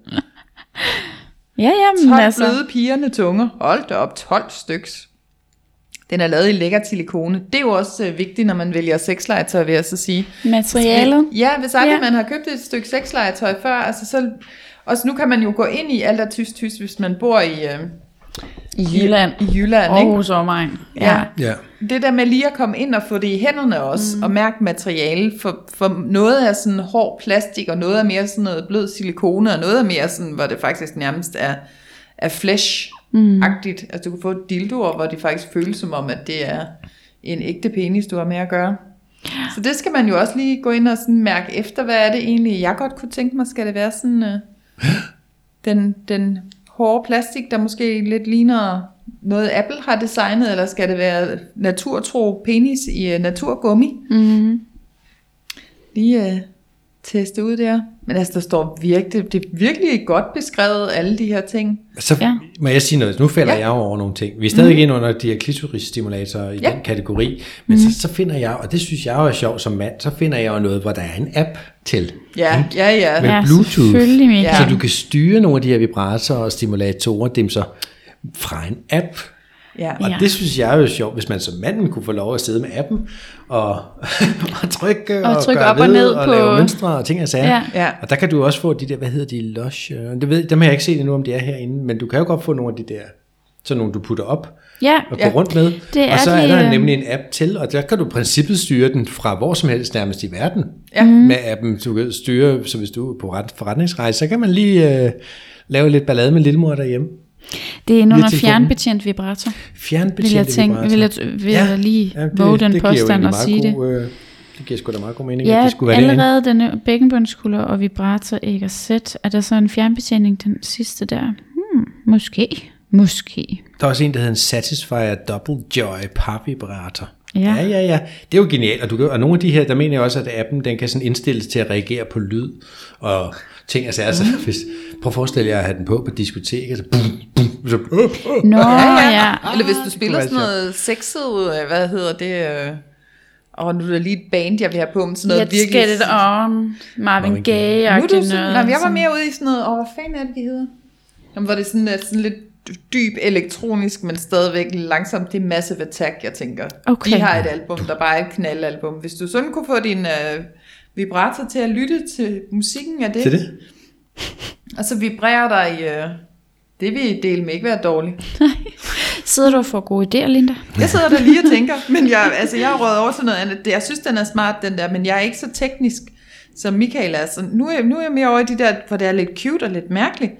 Speaker 2: ja, ja men
Speaker 1: 12
Speaker 2: altså.
Speaker 1: bløde pigerne tunger. Hold da op, 12 styks. Den er lavet i lækker silikone. Det er jo også øh, vigtigt, når man vælger sexlegetøj, vil jeg så sige.
Speaker 2: Materialet.
Speaker 1: Ja, hvis aldrig ja.
Speaker 2: Ja.
Speaker 1: man har købt et stykke sexlegetøj før, altså så... Også nu kan man jo gå ind i alt er tysk tysk, hvis man bor i, øh,
Speaker 2: I Jylland.
Speaker 1: i Jylland. Ikke?
Speaker 2: Aarhus og omegn. Ja.
Speaker 3: Ja.
Speaker 1: Det der med lige at komme ind og få det i hænderne også, mm. og mærke materiale, for, for noget er sådan hård plastik, og noget er mere sådan noget blød silikone, og noget er mere sådan, hvor det faktisk nærmest er, er flesh-agtigt. Mm. Altså du kan få dildoer, hvor det faktisk føles som om, at det er en ægte penis, du har med at gøre. Så det skal man jo også lige gå ind og sådan mærke efter, hvad er det egentlig, jeg godt kunne tænke mig, skal det være sådan øh, den, den hårde plastik, der måske lidt ligner noget Apple har designet, eller skal det være naturtro penis i øh, naturgummi?
Speaker 2: Mm-hmm.
Speaker 1: lige øh, teste ud der. Men altså, der står virkelig, det er virkelig godt beskrevet, alle de her ting.
Speaker 3: Så
Speaker 2: Ja.
Speaker 3: ja. må jeg sige noget. Nu falder
Speaker 1: Ja.
Speaker 3: ja. jeg over nogle ting. Vi er stadig mm. inde under de her klitorisstimulatorer i
Speaker 1: Ja.
Speaker 3: ja. den kategori. Men mm. så, så finder jeg, og det synes jeg jo er sjovt som mand, så finder jeg jo noget, hvor der er en app til.
Speaker 1: Ja, ja, ja.
Speaker 3: Med
Speaker 1: ja.
Speaker 2: Ja,
Speaker 3: Bluetooth.
Speaker 2: selvfølgelig, Michael.
Speaker 1: Ja.
Speaker 3: Så du kan styre nogle af de her vibratorer og stimulatorer, dem så fra en app.
Speaker 1: ja.
Speaker 3: Og
Speaker 2: Ja.
Speaker 3: ja. det synes jeg er jo sjovt, hvis man som manden kunne få lov at sidde med appen og, og trykke
Speaker 2: Og
Speaker 3: og,
Speaker 2: trykke
Speaker 3: gøre
Speaker 2: op og
Speaker 3: ved
Speaker 2: ned
Speaker 3: og
Speaker 2: på-
Speaker 3: lave mønstre og ting og sager.
Speaker 2: Ja.
Speaker 1: Ja.
Speaker 3: Og der kan du også få de der, hvad hedder de, lush, øh, det ved, dem har jeg ikke set endnu, om de er herinde, men du kan jo godt få nogle af de der, sådan nogle du putter op
Speaker 2: Ja,
Speaker 3: og
Speaker 1: Ja.
Speaker 3: går rundt med.
Speaker 2: Det
Speaker 3: og
Speaker 2: er
Speaker 3: så
Speaker 2: de,
Speaker 3: er
Speaker 2: øh,
Speaker 3: der nemlig en app til, og der kan du i princippet styre den fra hvor som helst nærmest i verden.
Speaker 1: Ja.
Speaker 2: Mhm.
Speaker 3: Med appen, du kan styre, så hvis du er på ret- forretningsrejse, så kan man lige øh, lave lidt ballade med lillemor derhjemme.
Speaker 2: det er en under
Speaker 3: telefonen.
Speaker 2: fjernbetjent vibrator.
Speaker 3: Fjernbetjente
Speaker 2: Vil jeg tænke, vil jeg, vil jeg lige ja,
Speaker 3: det-
Speaker 2: våge den
Speaker 3: det giver jo
Speaker 2: påstand
Speaker 3: egentlig
Speaker 2: og
Speaker 3: meget
Speaker 2: sige det?
Speaker 3: god, Øh, det giver sgu da meget god mening, ja, at
Speaker 2: Ja,
Speaker 3: det skulle være derinde.
Speaker 2: allerede den bækkenbundskulder og vibrator ikke er sæt. Er der så en fjernbetjening den sidste der? Hmm, måske. Måske.
Speaker 3: Der er også en, der hedder en Satisfyer Double Joy papvibrator.
Speaker 2: Ja.
Speaker 3: ja, ja, ja. Det er jo genialt, og, du kan, og nogle af de her, der mener jeg også, at appen den kan sådan indstilles til at reagere på lyd og ting. Altså, altså
Speaker 2: Mm.
Speaker 3: hvis, prøv at forestille jer at have den på på diskotek, altså, bum, bum, så, øh, øh.
Speaker 2: Nå ja. ja.
Speaker 1: Eller hvis du spiller
Speaker 3: det
Speaker 1: sådan
Speaker 3: kunne være
Speaker 1: noget sexet, øh, hvad hedder det... Øh, og nu er der lige et band, jeg vil have på, men sådan noget
Speaker 2: Let's get it on. Marvin
Speaker 3: Marvin
Speaker 2: Gaye.
Speaker 3: Gaye.
Speaker 1: Nu er du sådan,
Speaker 2: noget.
Speaker 1: når jeg var mere ude i sådan noget, åh, hvad fanden er det, de hedder? Jamen, hvor det sådan, er sådan lidt dyb elektronisk, men stadigvæk langsomt. Det er Massive Attack, jeg tænker.
Speaker 2: Okay.
Speaker 1: De har et album, der bare er et knaldalbum. Hvis du sådan kunne få din øh, vibrator til at lytte til musikken af det,
Speaker 3: Til det?
Speaker 1: og så vibrerer der i... Øh, det vil dele med ikke være dårligt.
Speaker 2: Sidder du og får gode idéer, Linda?
Speaker 1: Jeg sidder der lige og tænker, men jeg, altså, jeg har røget over til noget andet. Det- Jeg synes, den er smart, den der, men jeg er ikke så teknisk, som Michael er. Så nu, er jeg- nu er jeg mere over i de der, hvor det er lidt cute og lidt mærkeligt.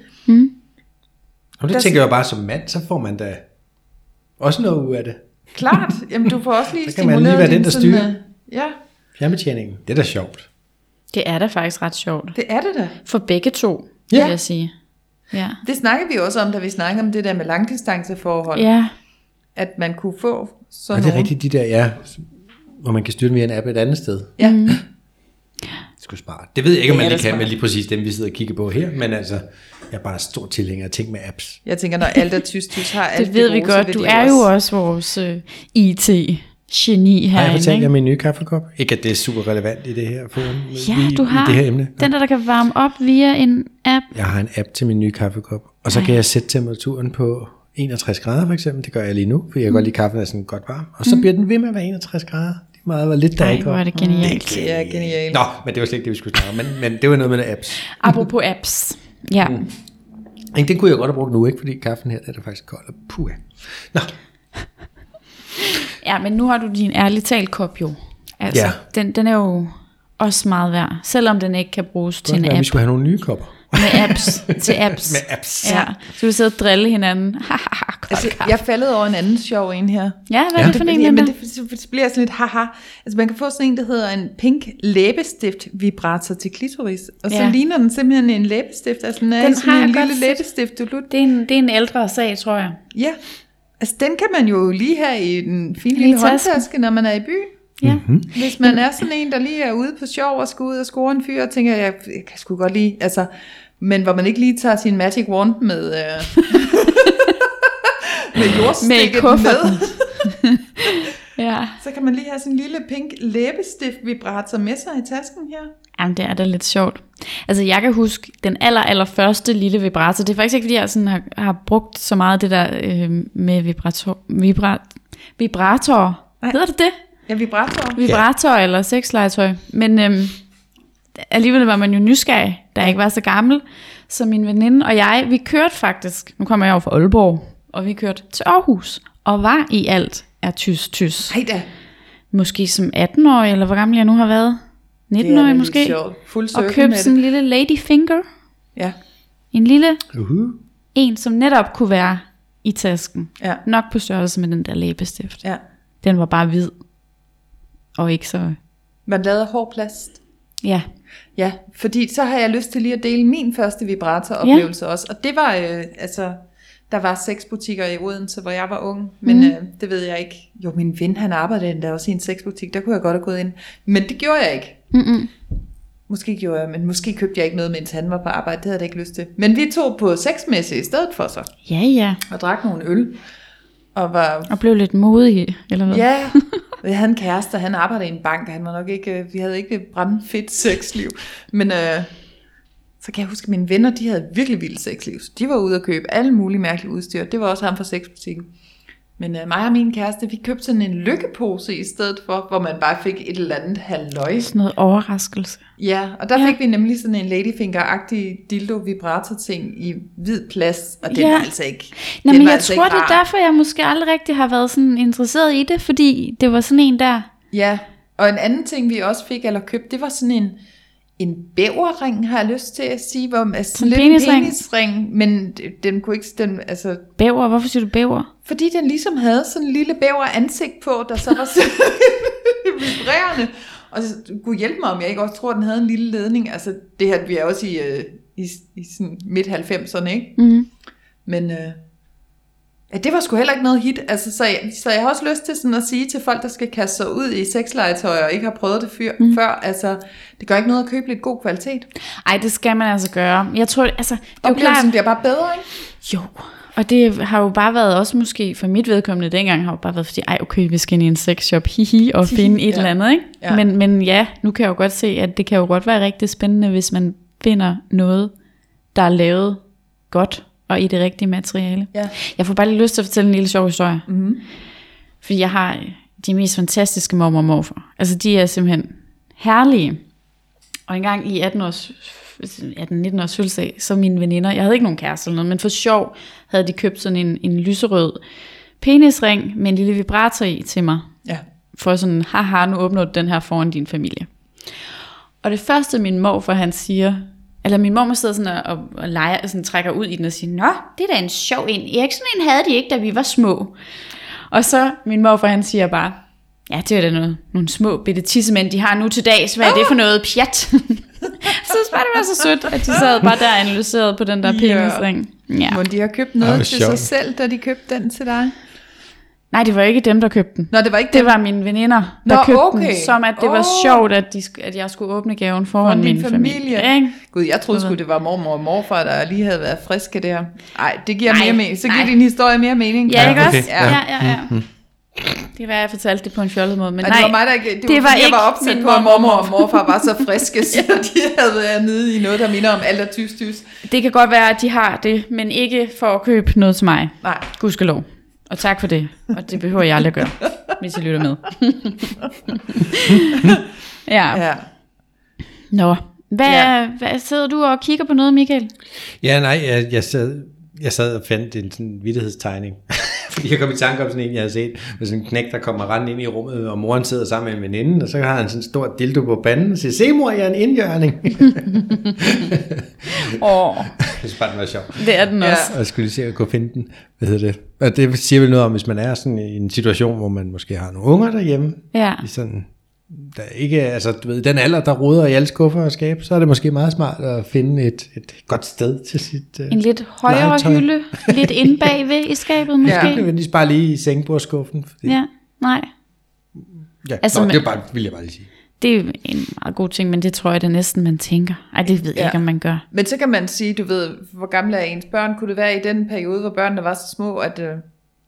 Speaker 3: Og
Speaker 1: Der-
Speaker 3: det tænker jeg jo bare som mand, så får man da også noget ud af det.
Speaker 1: Klart. Jamen, du får også lige
Speaker 3: Så kan man lige
Speaker 1: stimuleret
Speaker 3: være den,
Speaker 1: din
Speaker 3: der
Speaker 1: sådan,
Speaker 3: styrer.
Speaker 1: øh, Ja,
Speaker 3: Fjernbetjeningen, det er da sjovt.
Speaker 2: Det er da faktisk ret sjovt.
Speaker 1: det er det da.
Speaker 2: For begge to,
Speaker 3: Ja.
Speaker 2: vil jeg sige. Ja.
Speaker 1: Det snakkede vi også om, da vi snakkede om det der med langdistanceforhold. Ja.
Speaker 2: Ja.
Speaker 1: At man kunne få sådan
Speaker 3: Og det er
Speaker 1: nogle-
Speaker 3: rigtigt, de der, ja, hvor man kan styre den via en app et andet sted.
Speaker 1: Ja. Mm.
Speaker 3: Sgu smart. Det ved jeg ikke, om
Speaker 2: Det
Speaker 3: man
Speaker 2: er
Speaker 3: lige
Speaker 2: da
Speaker 3: kan
Speaker 2: smart.
Speaker 3: med lige præcis dem, vi sidder og kigger på her, men altså, jeg er bare stor tilhænger af ting med apps.
Speaker 1: Jeg tænker, når alt er tyst, tyst har alt
Speaker 2: Det ved vi
Speaker 1: gode, så
Speaker 2: godt.
Speaker 1: vil
Speaker 2: Du
Speaker 1: de
Speaker 2: er jo også vores øh, IT-geni
Speaker 3: Har jeg
Speaker 2: herinde.
Speaker 3: fortalt jer
Speaker 2: ikke?
Speaker 3: min nye kaffekop? Ikke, at det er super relevant i det her forum,
Speaker 2: Ja,
Speaker 3: i,
Speaker 2: du har
Speaker 3: i det her emne.
Speaker 2: den der, der kan varme op via en app.
Speaker 3: Jeg har en app til min nye kaffekop, og så kan jeg sætte temperaturen på 61 grader for eksempel. Det gør jeg lige nu, for jeg kan
Speaker 2: Mm.
Speaker 3: godt lide at kaffen er sådan godt varm. Og så bliver den ved med at være 61 grader. Det er meget, hvor lidt der
Speaker 2: Ej,
Speaker 3: ikke
Speaker 2: hvor er det genialt.
Speaker 1: Det er genialt.
Speaker 3: Nå, men det var slet ikke det, vi skulle snakke om, men, men det var noget med noget apps.
Speaker 2: Apropos apps. Ja.
Speaker 3: Mm. Ikke, det kunne jeg godt have brugt nu, ikke? Fordi kaffen her, den er faktisk kold og puha. Nå,
Speaker 2: ja, men nu har du din ærligt talt kop jo. Altså,
Speaker 3: Ja.
Speaker 2: den, den er jo også meget værd. Selvom den ikke kan bruges til en
Speaker 3: godt være, vi
Speaker 2: app.
Speaker 3: skulle have nogle nye kopper.
Speaker 2: Med apps. til apps.
Speaker 3: Med apps.
Speaker 2: Ja. Så du sidder og drille hinanden. Hahaha, kold
Speaker 1: Altså,
Speaker 2: kaffe.
Speaker 1: jeg faldet over en anden sjov en her.
Speaker 2: ja, hvad er
Speaker 3: Ja.
Speaker 2: det for en,
Speaker 1: Jamen,
Speaker 2: Linda?
Speaker 1: det, det bliver sådan lidt haha. Altså, man kan få sådan en, der hedder en pink læbestift vibrator til klitoris. Og så
Speaker 2: Ja.
Speaker 1: ja. ligner den simpelthen en læbestift. Altså, den er
Speaker 2: Den
Speaker 1: den
Speaker 2: har
Speaker 1: sådan en
Speaker 2: jeg
Speaker 1: lille
Speaker 2: godt set.
Speaker 1: læbestift, du lut
Speaker 2: Det er, en, det er en ældre sag, tror jeg.
Speaker 1: Ja, altså den kan man jo lige her i den fine
Speaker 2: Lige
Speaker 1: lille
Speaker 2: i tasken.
Speaker 1: håndtaske, når man er i byen.
Speaker 2: Ja.
Speaker 3: Mhm.
Speaker 2: Mm-hmm.
Speaker 1: Hvis man er sådan en, der lige er ude på sjov og skal ud og score en fyr, og tænker, jeg, jeg kan sgu godt lide, altså, men hvor man ikke lige tager sin magic wand med, øh, med
Speaker 2: Med
Speaker 1: jordstikket
Speaker 2: kufferten.
Speaker 1: med,
Speaker 2: ja.
Speaker 1: så kan man lige have sådan en lille pink læbestift vibrator med sig i tasken her.
Speaker 2: Jamen, det er da lidt sjovt. Altså, jeg kan huske den aller, aller første lille vibrator. Det er faktisk ikke, fordi jeg sådan har, har brugt så meget det der øh, med vibrator, vibra, vibrator.
Speaker 1: Nej.
Speaker 2: Hedder det det?
Speaker 1: Ja, vibrator.
Speaker 2: Vibrator ja. eller sexlegetøj. Men øhm, alligevel var man jo nysgerrig, da jeg ikke var så gammel. Så min veninde og jeg, vi kørte faktisk, nu kommer jeg over fra Aalborg, og vi kørte til Aarhus, og var i alt er tys-tys.
Speaker 1: Ej da,
Speaker 2: Måske som 18-årig, eller hvor gammel jeg nu har været.
Speaker 1: det er
Speaker 2: 19-årig
Speaker 1: lidt
Speaker 2: måske.
Speaker 1: sjovt. Fuld
Speaker 2: Og
Speaker 1: circle
Speaker 2: købte
Speaker 1: med
Speaker 2: sådan en
Speaker 1: det.
Speaker 2: lille ladyfinger.
Speaker 1: Ja,
Speaker 2: En lille
Speaker 3: Uh-huh.
Speaker 2: en, som netop kunne være i tasken.
Speaker 1: ja,
Speaker 2: Nok på størrelse med den der læbestift.
Speaker 1: ja.
Speaker 2: Den var bare hvid. Og ikke så...
Speaker 1: Man lavede hård plast.
Speaker 2: Ja,
Speaker 1: Ja, fordi så har jeg lyst til lige at dele min første vibrator-oplevelse ja. også. Og det var, øh, altså, der var seks butikker i Odense, hvor jeg var ung, men mm. øh, det ved jeg ikke. Jo, min ven, han arbejdede endda også i en sexbutik, der kunne jeg godt have gået ind. Men det gjorde jeg ikke.
Speaker 2: Mm-mm.
Speaker 1: Måske gjorde jeg, men måske købte jeg ikke noget, mens han var på arbejde. Det havde jeg da ikke lyst til. Men vi tog på sexmesse i stedet for så,
Speaker 2: ja, ja.
Speaker 1: og drak nogle øl. Og var
Speaker 2: Og blev lidt modig, eller hvad?
Speaker 1: Ja, jeg havde en kæreste, og han arbejdede i en bank, og han var nok ikke, øh, vi havde ikke et brandfedt sexliv. Men øh, så kan jeg huske, at mine venner, de havde virkelig vildt sexliv. Så de var ude og købe alle mulige mærkelige udstyr. Det var også ham fra sexbutikken. Men øh, mig og min kæreste, vi købte sådan en lykkepose i stedet for, hvor man bare fik et eller andet halvøj.
Speaker 2: Sådan noget overraskelse.
Speaker 1: Ja, og der ja. fik vi nemlig sådan en ladyfinger-agtig dildo-vibrator-ting i hvid plast, og den
Speaker 2: Ja.
Speaker 1: var altså ikke...
Speaker 2: Nå,
Speaker 1: den
Speaker 2: men
Speaker 1: var
Speaker 2: jeg
Speaker 1: altså
Speaker 2: tror,
Speaker 1: ikke
Speaker 2: det er
Speaker 1: rar.
Speaker 2: derfor, jeg måske aldrig rigtig har været sådan interesseret i det, fordi det var sådan en der...
Speaker 1: Ja, og en anden ting, vi også fik eller købte, det var sådan en, en bæverring, har jeg lyst til at sige. Hvor, altså,
Speaker 2: En
Speaker 1: lidt
Speaker 2: penisring.
Speaker 1: En penisring, men d- den kunne ikke... Den, altså,
Speaker 2: Bæver, hvorfor siger du bæver?
Speaker 1: fordi den ligesom havde sådan en lille bæver ansigt på, der så var så vibrerende. Og så kunne hjælpe mig, om jeg ikke også tror, den havde en lille ledning. Altså det her, vi er også i, øh, i, i sådan midt 90'erne, ikke?
Speaker 2: Mm.
Speaker 1: Men øh, ja, det var sgu heller ikke noget hit. Altså, så, jeg, så jeg har også lyst til sådan at sige til folk, der skal kaste sig ud i sexlegetøj og ikke har prøvet det fyr, mm. før, altså, det gør ikke noget at købe lidt god kvalitet.
Speaker 2: Ej, Mhm. det skal man altså gøre. Jeg tror, altså, det er jo klart,
Speaker 1: Oplevelsen bliver bare bedre, ikke?
Speaker 2: Jo, og det har jo bare været også måske for mit vedkommende dengang, har jo bare været fordi, ej okay, vi skal ind i en sexshop, hihi, og finde et
Speaker 1: Ja.
Speaker 2: eller andet, ikke?
Speaker 1: Ja.
Speaker 2: Men, men ja, nu kan jeg jo godt se, at det kan jo godt være rigtig spændende, hvis man finder noget, der er lavet godt og i det rigtige materiale.
Speaker 1: Ja.
Speaker 2: Jeg får bare lige lyst til at fortælle en lille sjov historie. Mm-hmm. Fordi jeg har de mest fantastiske mormor og morfar. Altså de er simpelthen herlige. Og engang i 18 års 18-19 års fødselsdag, så mine veninder, jeg havde ikke nogen kæreste eller noget, men for sjov havde de købt sådan en, en lyserød penisring med en lille vibrator i til mig.
Speaker 1: Ja.
Speaker 2: For sådan, haha, nu åbner du den her foran din familie. Og det første, min mor for han siger, eller min mor sidder sådan og, og, og leger, sådan, trækker ud i den og siger, Nå, det er da en sjov en. Erik, sådan en havde de ikke, da vi var små. Og så min mor for han siger bare, ja, det er da noget, nogle små bitte tissemænd, de har nu til dags. Hvad er det for noget pjat? så synes bare, det var så sødt, at de sad bare der og analyserede på den der
Speaker 1: Ja.
Speaker 2: penisring. Ja.
Speaker 1: Må de har købt
Speaker 3: Ej,
Speaker 1: noget
Speaker 3: hvor
Speaker 1: til sig
Speaker 3: sjovt.
Speaker 1: selv, da de købte den til dig?
Speaker 2: Nej, det var ikke dem, der købte den.
Speaker 1: Nå, det var ikke
Speaker 2: Det var mine veninder,
Speaker 1: Nå,
Speaker 2: der Nå, købte
Speaker 1: okay.
Speaker 2: den, som at det var
Speaker 1: Åh.
Speaker 2: sjovt, at, de, sk- at jeg skulle åbne gaven foran
Speaker 1: Foran din
Speaker 2: min
Speaker 1: familie.
Speaker 2: familie. ikke?
Speaker 1: Gud, jeg troede sgu, det var mormor og morfar, der lige havde været friske der. Nej, det giver
Speaker 2: Nej,
Speaker 1: mere mening. Så giver
Speaker 2: nej.
Speaker 1: din historie mere mening.
Speaker 2: Ja, ikke
Speaker 3: okay.
Speaker 2: også?
Speaker 1: Ja.
Speaker 2: Ja, ja, ja. ja. Det kan være, jeg fortalte det på en fjollet måde, men
Speaker 1: Nej,
Speaker 2: nej.
Speaker 1: det var mig, der ikke... Det,
Speaker 2: det
Speaker 1: var,
Speaker 2: var
Speaker 1: fordi, jeg
Speaker 2: ikke
Speaker 1: var opsat
Speaker 2: min
Speaker 1: på, at
Speaker 2: mormor og
Speaker 1: mormor og morfar var så friske, så de havde været nede i noget, der minder om alt er tys, tys.
Speaker 2: det kan godt være, at de har det, men ikke for at købe noget til mig.
Speaker 1: Nej,
Speaker 2: Gudskelov. Og tak for det. Og det behøver jeg aldrig at gøre, hvis I lytter med. ja.
Speaker 1: ja.
Speaker 2: Nå. Hvad,
Speaker 1: Ja.
Speaker 2: ja. hvad sidder du og kigger på noget, Michael?
Speaker 3: Ja, nej, jeg, jeg, sad, jeg sad og fandt en sådan vittighedstegning. Fordi jeg kom i tanke om sådan en, jeg havde set, med sådan en knæk, der kommer rendende ind i rummet, og moren sidder sammen med en veninde, og så har han sådan en stor dildo på panden, og siger, se mor, jeg er en indjørning.
Speaker 2: Åh, oh,
Speaker 3: det synes bare, den var sjov.
Speaker 2: det er den
Speaker 1: Ja.
Speaker 2: også.
Speaker 3: Og jeg skulle lige se at kunne finde den. Hvad hedder det? Og det siger vel noget om, hvis man er sådan i en situation, hvor man måske har nogle unger derhjemme,
Speaker 2: Ja.
Speaker 3: i sådan, der ikke, altså du ved, den alder, der roder i alle skuffer og skab, så er det måske meget smart at finde et, et godt sted til sit... øh,
Speaker 2: En lidt højere
Speaker 3: legetøj.
Speaker 2: hylde, lidt inde bagved i skabet måske.
Speaker 1: Ja.
Speaker 3: Ikke
Speaker 2: Ja,
Speaker 3: nødvendigvis bare lige i sengebordskuffen. Fordi,
Speaker 2: ja. nej.
Speaker 3: ja.
Speaker 2: altså,
Speaker 3: Altså, Nå,
Speaker 2: men-
Speaker 3: det er bare, vil jeg bare lige sige.
Speaker 2: Det er en meget god ting, men det tror jeg da næsten, man tænker. Ej, det ved jeg
Speaker 1: Ja.
Speaker 2: ja. ikke, om man gør.
Speaker 1: Men så kan man sige, du ved, hvor gamle er ens børn? Kunne det være i den periode, hvor børnene var så små, at, øh,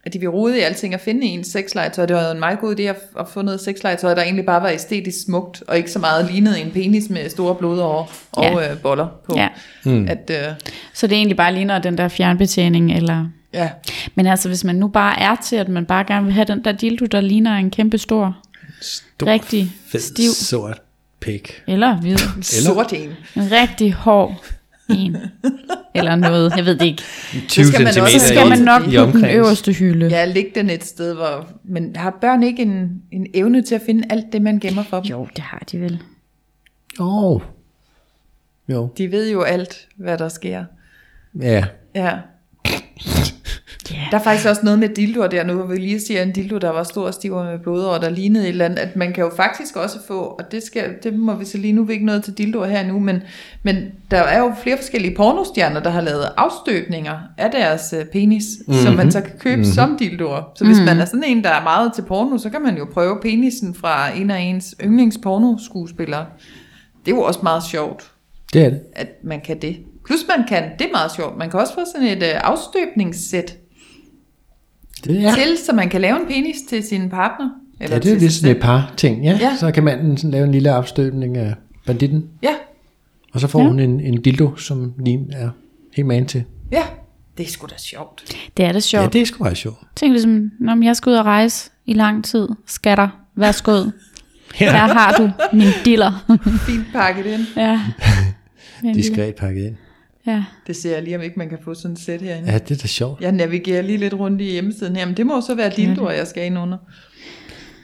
Speaker 1: at de ville rode i alting og finde en sexlegetøj? Det var jo en meget god idé at, at få noget sexlegetøj, der egentlig bare var æstetisk smukt, og ikke så meget lignede en penis med store blodår og
Speaker 2: Ja.
Speaker 1: øh, boller på.
Speaker 2: Ja.
Speaker 1: Mm. At, øh,
Speaker 2: Så det er egentlig bare ligner den der fjernbetjening, eller...
Speaker 1: ja.
Speaker 2: Men altså, hvis man nu bare er til, at man bare gerne vil have den der dildo, der ligner en kæmpe stor,
Speaker 3: Stor,
Speaker 2: Rigtig
Speaker 3: fed,
Speaker 2: stiv.
Speaker 3: sort pik.
Speaker 2: eller hvid,
Speaker 1: Eller... Sort en.
Speaker 2: en rigtig hård en, eller noget, jeg ved det ikke.
Speaker 3: 20
Speaker 1: skal man også-
Speaker 2: Så
Speaker 1: Det er
Speaker 2: skal man
Speaker 1: i-
Speaker 2: nok
Speaker 1: i
Speaker 2: på den øverste hylde.
Speaker 1: Ja, læg den et sted, hvor... Men har børn ikke en, en evne til at finde alt det, man gemmer for dem?
Speaker 2: Jo, det har de vel.
Speaker 3: Oh. Jo,
Speaker 1: De ved jo alt, hvad der sker.
Speaker 3: ja.
Speaker 1: Ja.
Speaker 2: Ja.
Speaker 1: Der er faktisk også noget med dildoer der nu, hvor vi lige siger, en dildo, der var stor og stiv og med blodår, der lignede et eller andet, at man kan jo faktisk også få, og det, skal, det må vi så lige nu, vi er ikke nået til dildoer her nu, men, men der er jo flere forskellige pornostjerner, der har lavet afstøbninger af deres øh, penis, mm-hmm. som man så kan købe mm-hmm. som dildoer. Så hvis mm-hmm. man er sådan en, der er meget til porno, så kan man jo prøve penisen fra en af ens yndlingspornoskuespillere. Det er jo også meget sjovt,
Speaker 3: Det er det.
Speaker 1: at man kan det. Plus man kan, det er meget sjovt, man kan også få sådan et øh, afstøbningssæt,
Speaker 3: Det
Speaker 1: ja.
Speaker 3: er,
Speaker 1: til, så man kan lave en penis til sin partner.
Speaker 3: ja, det
Speaker 1: til
Speaker 3: er lidt
Speaker 1: sig
Speaker 3: sådan
Speaker 1: selv.
Speaker 3: et par ting. Ja.
Speaker 1: Ja.
Speaker 3: ja. Så kan manden sådan lave en lille afstøbning af banditten,
Speaker 1: Ja,
Speaker 3: og så får ja. hun en, en dildo, som lige er helt man til.
Speaker 1: ja. Det er sgu da sjovt.
Speaker 2: Det er det sjovt.
Speaker 3: Ja,
Speaker 2: Ja, det...
Speaker 3: det er sgu meget sjovt.
Speaker 2: Tænk ligesom, når jeg skal ud og rejse i lang tid, skatter, værsgod. Her har du min diller.
Speaker 1: Fint pakket ind.
Speaker 2: ja. Men,
Speaker 3: Diskret pakket ind.
Speaker 2: ja.
Speaker 1: Det ser jeg lige, om ikke man kan få sådan et sæt herinde. Ja.
Speaker 3: Ja, det er da sjovt.
Speaker 1: Jeg navigerer lige lidt rundt i hjemmesiden her, men det må jo så være dildoer, jeg skal ind under.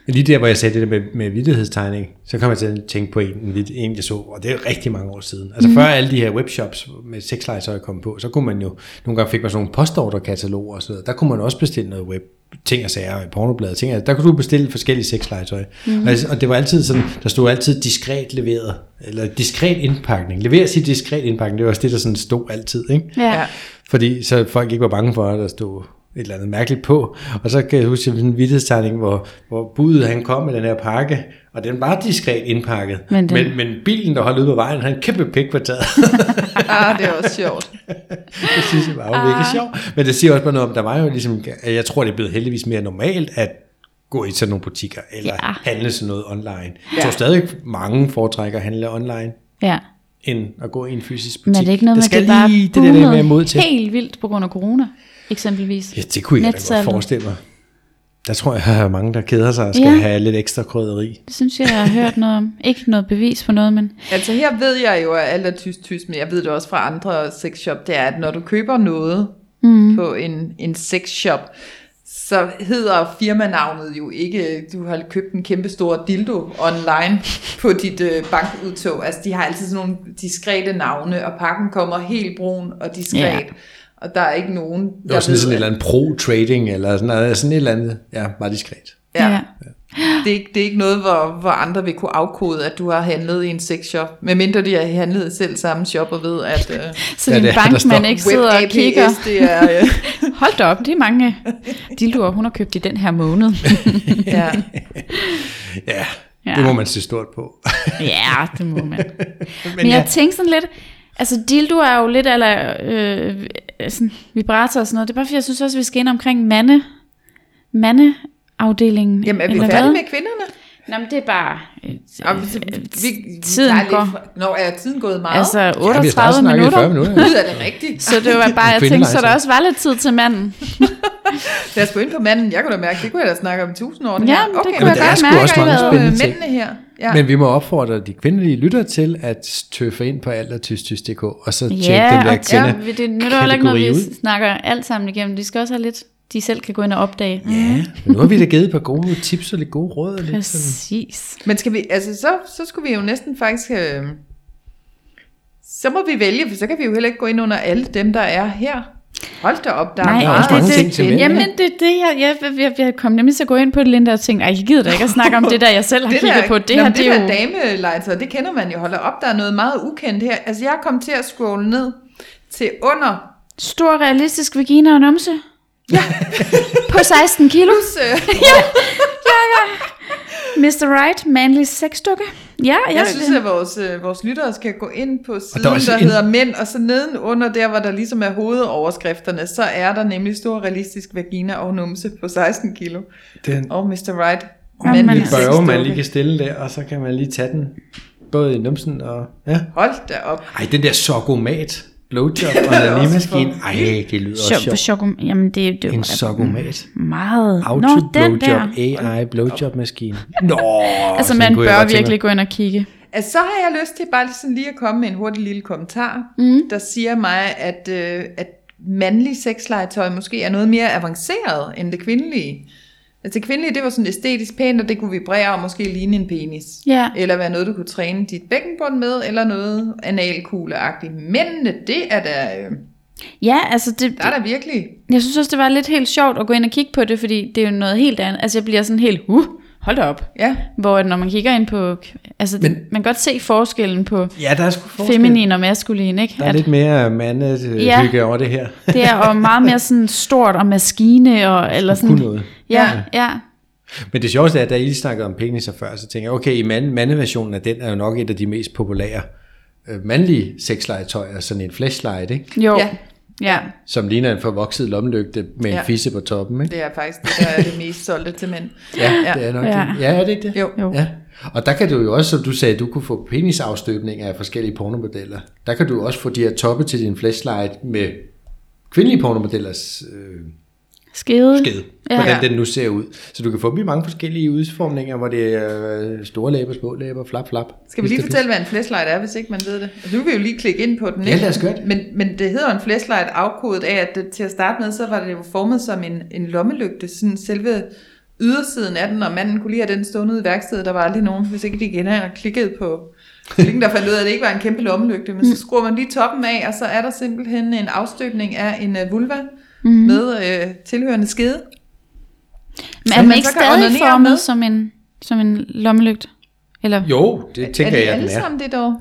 Speaker 3: Men Lige der, hvor jeg sagde det der med, med vidtighedstegning, så kom jeg til at tænke på en, en, vid- en jeg så, og det er jo rigtig mange år siden. Altså mm. før alle de her webshops med sexlegetøj kom på, så kunne man jo, nogle gange fik man sådan nogle postordrekataloger og sådan noget, der kunne man også bestille noget web, ting og sager, og pornoblade ting og, der kunne du bestille forskellige sexlegetøj. Mm. Og, og, det var altid sådan, der stod altid diskret leveret, eller diskret indpakning. Leveres i diskret indpakning, det var også det, der sådan stod altid, ikke?
Speaker 2: Ja.
Speaker 1: Ja.
Speaker 2: ja.
Speaker 3: Fordi så folk ikke var bange for, at der stod et eller andet mærkeligt på. Og så kan jeg huske sådan en vidtighedstegning, hvor, hvor budet han kom med den her pakke, og den var diskret indpakket.
Speaker 2: Men
Speaker 3: Men,
Speaker 2: den-
Speaker 3: den... men, men bilen, der holdt ude på vejen, han kæmpe pik var taget.
Speaker 1: Ah, det er også sjovt.
Speaker 3: det synes jeg var jo
Speaker 2: Ah.
Speaker 3: virkelig sjovt. Men det siger også bare noget om, der var jo ligesom, jeg tror det er blevet heldigvis mere normalt, at gå i sådan nogle butikker, eller
Speaker 2: Ja.
Speaker 3: ja. handle sådan noget online. Jeg tror stadig mange foretrækker at handle online,
Speaker 2: ja.
Speaker 3: end at gå i en fysisk butik.
Speaker 2: Men er det ikke noget
Speaker 3: der
Speaker 2: med, at
Speaker 3: skal
Speaker 2: det bare
Speaker 3: lige det der, der med
Speaker 2: boomede
Speaker 3: mod til.
Speaker 2: helt vildt på grund af corona, eksempelvis?
Speaker 3: Ja, det kunne jeg da godt
Speaker 2: Netsalget.
Speaker 3: forestille mig. Der tror jeg, at mange, der keder sig og skal
Speaker 2: Ja.
Speaker 3: ja. have lidt ekstra krydderi.
Speaker 2: Det synes jeg, jeg har hørt noget om. Ikke noget bevis på noget, men
Speaker 1: Altså her ved jeg jo, at alt er tyst tyst, men jeg ved det også fra andre sexshop, det er, at når du køber noget mm. på en, en sexshop, så hedder firmanavnet jo ikke, du har købt en kæmpe stor dildo online på dit øh, bankudtog. Altså de har altid sådan nogle diskrete navne, og pakken kommer helt brun og diskret.
Speaker 2: Ja.
Speaker 1: Ja. Og der er ikke nogen,
Speaker 3: Det var sådan, sådan et eller andet pro-trading, eller sådan, noget, sådan et eller andet. Ja, bare diskret.
Speaker 1: Ja.
Speaker 2: ja.
Speaker 1: Det, er ikke, det er ikke noget, hvor, hvor andre vil kunne afkode, at du har handlet i en sexshop. Medmindre de har handlet i selv samme shop og ved, at... Øh,
Speaker 2: Så
Speaker 3: Ja,
Speaker 2: din
Speaker 3: det er der, der
Speaker 2: bankmand
Speaker 3: står.
Speaker 2: ikke sidder og
Speaker 1: WebAPS,
Speaker 2: kigger.
Speaker 1: det er... Øh,
Speaker 2: Hold da op, det er mange dildoer, hun har købt i den her måned.
Speaker 1: ja.
Speaker 3: Ja,
Speaker 2: Ja.
Speaker 3: ja, det må man se stort på.
Speaker 2: ja, det må man.
Speaker 3: Men,
Speaker 2: Men jeg tænkte sådan lidt, altså dildo er jo lidt, eller øh, sådan vibrator og sådan noget. Det er bare fordi, jeg synes også, vi skal ind omkring mande, mandeafdelingen.
Speaker 1: Jamen, er vi
Speaker 2: eller
Speaker 1: færdige
Speaker 2: hvad?
Speaker 1: med kvinderne?
Speaker 2: Nå, men det er bare... Øh,
Speaker 1: Jamen, så
Speaker 2: tiden
Speaker 1: der er lidt
Speaker 2: går.
Speaker 1: fra- Nå, er tiden gået meget?
Speaker 2: altså
Speaker 3: ja, vi har snart
Speaker 2: 38
Speaker 3: snakket i
Speaker 2: minutter.
Speaker 3: 40 minutter.
Speaker 1: Gud, er det rigtigt?
Speaker 2: Så det var bare, jeg tænkte, så der
Speaker 3: Kvindelegetøj.
Speaker 2: også var lidt tid til manden.
Speaker 1: Lad os gå ind på manden. Jeg kunne da mærke, det kunne jeg da snakke om i tusind år. det
Speaker 2: Ja,
Speaker 1: her.
Speaker 2: men det kunne
Speaker 1: men
Speaker 2: jeg
Speaker 1: der er
Speaker 2: godt
Speaker 1: sgu
Speaker 2: mærke,
Speaker 1: også mange
Speaker 2: at I har
Speaker 1: spændende
Speaker 3: været-
Speaker 1: Mændene her. Ja.
Speaker 3: Men vi må opfordre de kvindelige lytter til at tøffe ind på altertystys.dk, og så tjekke den
Speaker 2: Ja,
Speaker 3: der
Speaker 2: og ja,
Speaker 3: kvinde.
Speaker 2: vi- det nytter heller ikke, når vi
Speaker 3: kategori ud.
Speaker 2: snakker alt sammen igennem. De skal også have lidt, de selv kan gå ind og opdage.
Speaker 3: Ja, men nu har vi da givet et par gode tips og lidt gode råd. Og lidt sådan.
Speaker 2: Præcis.
Speaker 1: Men skal vi, altså så, så skulle vi jo næsten faktisk, øh, så må vi vælge, for så kan vi jo heller ikke gå ind under alle dem, der er her. Hold da op, der
Speaker 2: Nej,
Speaker 1: er
Speaker 3: der er
Speaker 1: meget
Speaker 3: også mange
Speaker 2: det,
Speaker 3: ting til
Speaker 1: at
Speaker 3: mænd.
Speaker 1: vælge.
Speaker 2: Jamen, det er det, jeg, jeg, jeg, jeg kom nemlig til at gå ind på det, Linda, og tænkte, ej, jeg gider da ikke at snakke om det der, jeg selv har
Speaker 1: Det
Speaker 2: kigget
Speaker 1: der,
Speaker 2: på. Det her,
Speaker 1: jamen,
Speaker 2: det er jo...
Speaker 1: damelegetøj, det kender man jo. Hold da op, der er noget meget ukendt her. Altså, jeg kom til at scrolle ned til under
Speaker 2: Stor realistisk vagina og numse. Ja. på 16 kilo.
Speaker 1: plus, øh,
Speaker 2: Mr. Right, mandlig sexdukke. Ja, jeg,
Speaker 1: Jeg synes, at vores, øh, vores lyttere skal gå ind på siden, der,
Speaker 3: også
Speaker 1: der
Speaker 3: en-
Speaker 1: hedder Mænd, og så nedenunder der, hvor der ligesom er hovedoverskrifterne, så er der nemlig stor realistisk vagina og numse på 16 kilo.
Speaker 3: Den
Speaker 1: Og Mr. Right.
Speaker 2: Jamen, altså-
Speaker 1: mandlig
Speaker 2: en
Speaker 3: børge, man
Speaker 1: sexdukke.
Speaker 3: lige kan stille der, og så kan man lige tage den både i numsen og... Ja.
Speaker 1: Hold da op.
Speaker 3: Ej, den der sokomat, blowjob og
Speaker 1: er også
Speaker 3: nanimaskine. Ej, det lyder også
Speaker 2: Sjov,
Speaker 3: sjovt.
Speaker 2: sjov, jamen, det, er- det
Speaker 3: En
Speaker 2: var
Speaker 3: sokomat.
Speaker 2: meget...
Speaker 3: Auto
Speaker 2: Nå, den der.
Speaker 3: blowjob, AI blowjob maskine. Nå,
Speaker 2: Altså,
Speaker 3: sådan
Speaker 2: man
Speaker 3: kunne jeg
Speaker 2: bør
Speaker 3: godt tænke
Speaker 2: virkelig gå ind og kigge.
Speaker 1: Altså, så har jeg lyst til bare lige sådan lige at komme med en hurtig lille kommentar, mm. der siger mig, at, øh, at mandlig sexlegetøj måske er noget mere avanceret end det kvindelige. Altså det kvindelige, det var sådan æstetisk pænt, og det kunne vibrere og måske ligne en penis.
Speaker 2: Ja.
Speaker 1: Eller være noget, du kunne træne dit bækkenbund med, eller noget analkugleagtigt. Mændene, det er da... Øh,
Speaker 2: Ja, altså det,
Speaker 1: Der er der virkelig
Speaker 2: jeg synes også, det var lidt helt sjovt at gå ind og kigge på det, fordi det er jo noget helt andet. Altså jeg bliver sådan helt, uh, hold da op.
Speaker 1: Ja.
Speaker 2: Hvor at når man kigger ind på, altså Men,
Speaker 3: Men-
Speaker 2: man kan godt se forskellen på
Speaker 3: Ja, der er sgu forskel.
Speaker 2: feminin og maskulin, ikke?
Speaker 3: Der er
Speaker 2: At
Speaker 3: lidt mere mandehygge
Speaker 2: Ja.
Speaker 3: ja. hygge over det her.
Speaker 2: Det er og meget mere sådan stort og maskine og eller sådan.
Speaker 3: Kunne noget.
Speaker 2: Ja, ja.
Speaker 3: Men det sjoveste er, at da I lige snakkede om peniser før, så tænker jeg, okay, i mand, mandeversionen af den er jo nok et af de mest populære øh, mandlige sexlegetøjer, sådan en flashlight, ikke?
Speaker 2: Jo. Ja.
Speaker 1: Ja.
Speaker 2: ja.
Speaker 3: som ligner en forvokset lommelygte med en
Speaker 1: Ja.
Speaker 3: fisse på toppen. Ikke?
Speaker 1: Det er faktisk det, der er det mest solgte til mænd.
Speaker 3: Ja, det er nok
Speaker 2: Ja.
Speaker 3: ja. det. Ja, er det ikke det?
Speaker 1: Jo.
Speaker 2: Jo.
Speaker 3: Ja. Og der kan du jo også, som du sagde, du kunne få penisafstøbninger af forskellige pornomodeller. Der kan du også få de her toppe til din flashlight med kvindelige pornomodellers øh,
Speaker 2: Skede.
Speaker 3: skede,
Speaker 2: Ja.
Speaker 3: ja. hvordan
Speaker 1: Ja.
Speaker 3: den nu ser ud. Så du kan få dem i mange forskellige udformninger, hvor det er øh, store læber, små læber, flap, flap.
Speaker 1: Skal vi lige
Speaker 3: Hist og
Speaker 1: fortælle, hvad en flashlight er, hvis ikke man ved det? Altså, nu vil vi jo lige klikke ind på den,
Speaker 3: Ja,
Speaker 1: ikke?
Speaker 3: lad os gøre det.
Speaker 1: Men, men det hedder en flashlight afkodet af, at det, til at starte med, så var det jo formet som en, en lommelygte. Sådan selve ydersiden af den, og manden kunne lige have den stående ude i værkstedet. Der var aldrig nogen, hvis ikke de igen og klikkede på klikken, der fandt ud af, at det ikke var en kæmpe lommelygte. Men så
Speaker 3: Mm.
Speaker 1: skruer man lige toppen af, og så er der simpelthen en afstøbning af en øh, vulva mm. med øh, tilhørende skede.
Speaker 2: Men er
Speaker 1: At
Speaker 2: man
Speaker 1: man
Speaker 2: ikke
Speaker 1: så kan
Speaker 2: stadig
Speaker 1: onanere med?
Speaker 2: formet som en, som en lommelygte? Eller?
Speaker 3: pis. Jo, det tænker
Speaker 1: er de
Speaker 3: jeg,
Speaker 1: alle
Speaker 3: den er.
Speaker 1: sammen det dog?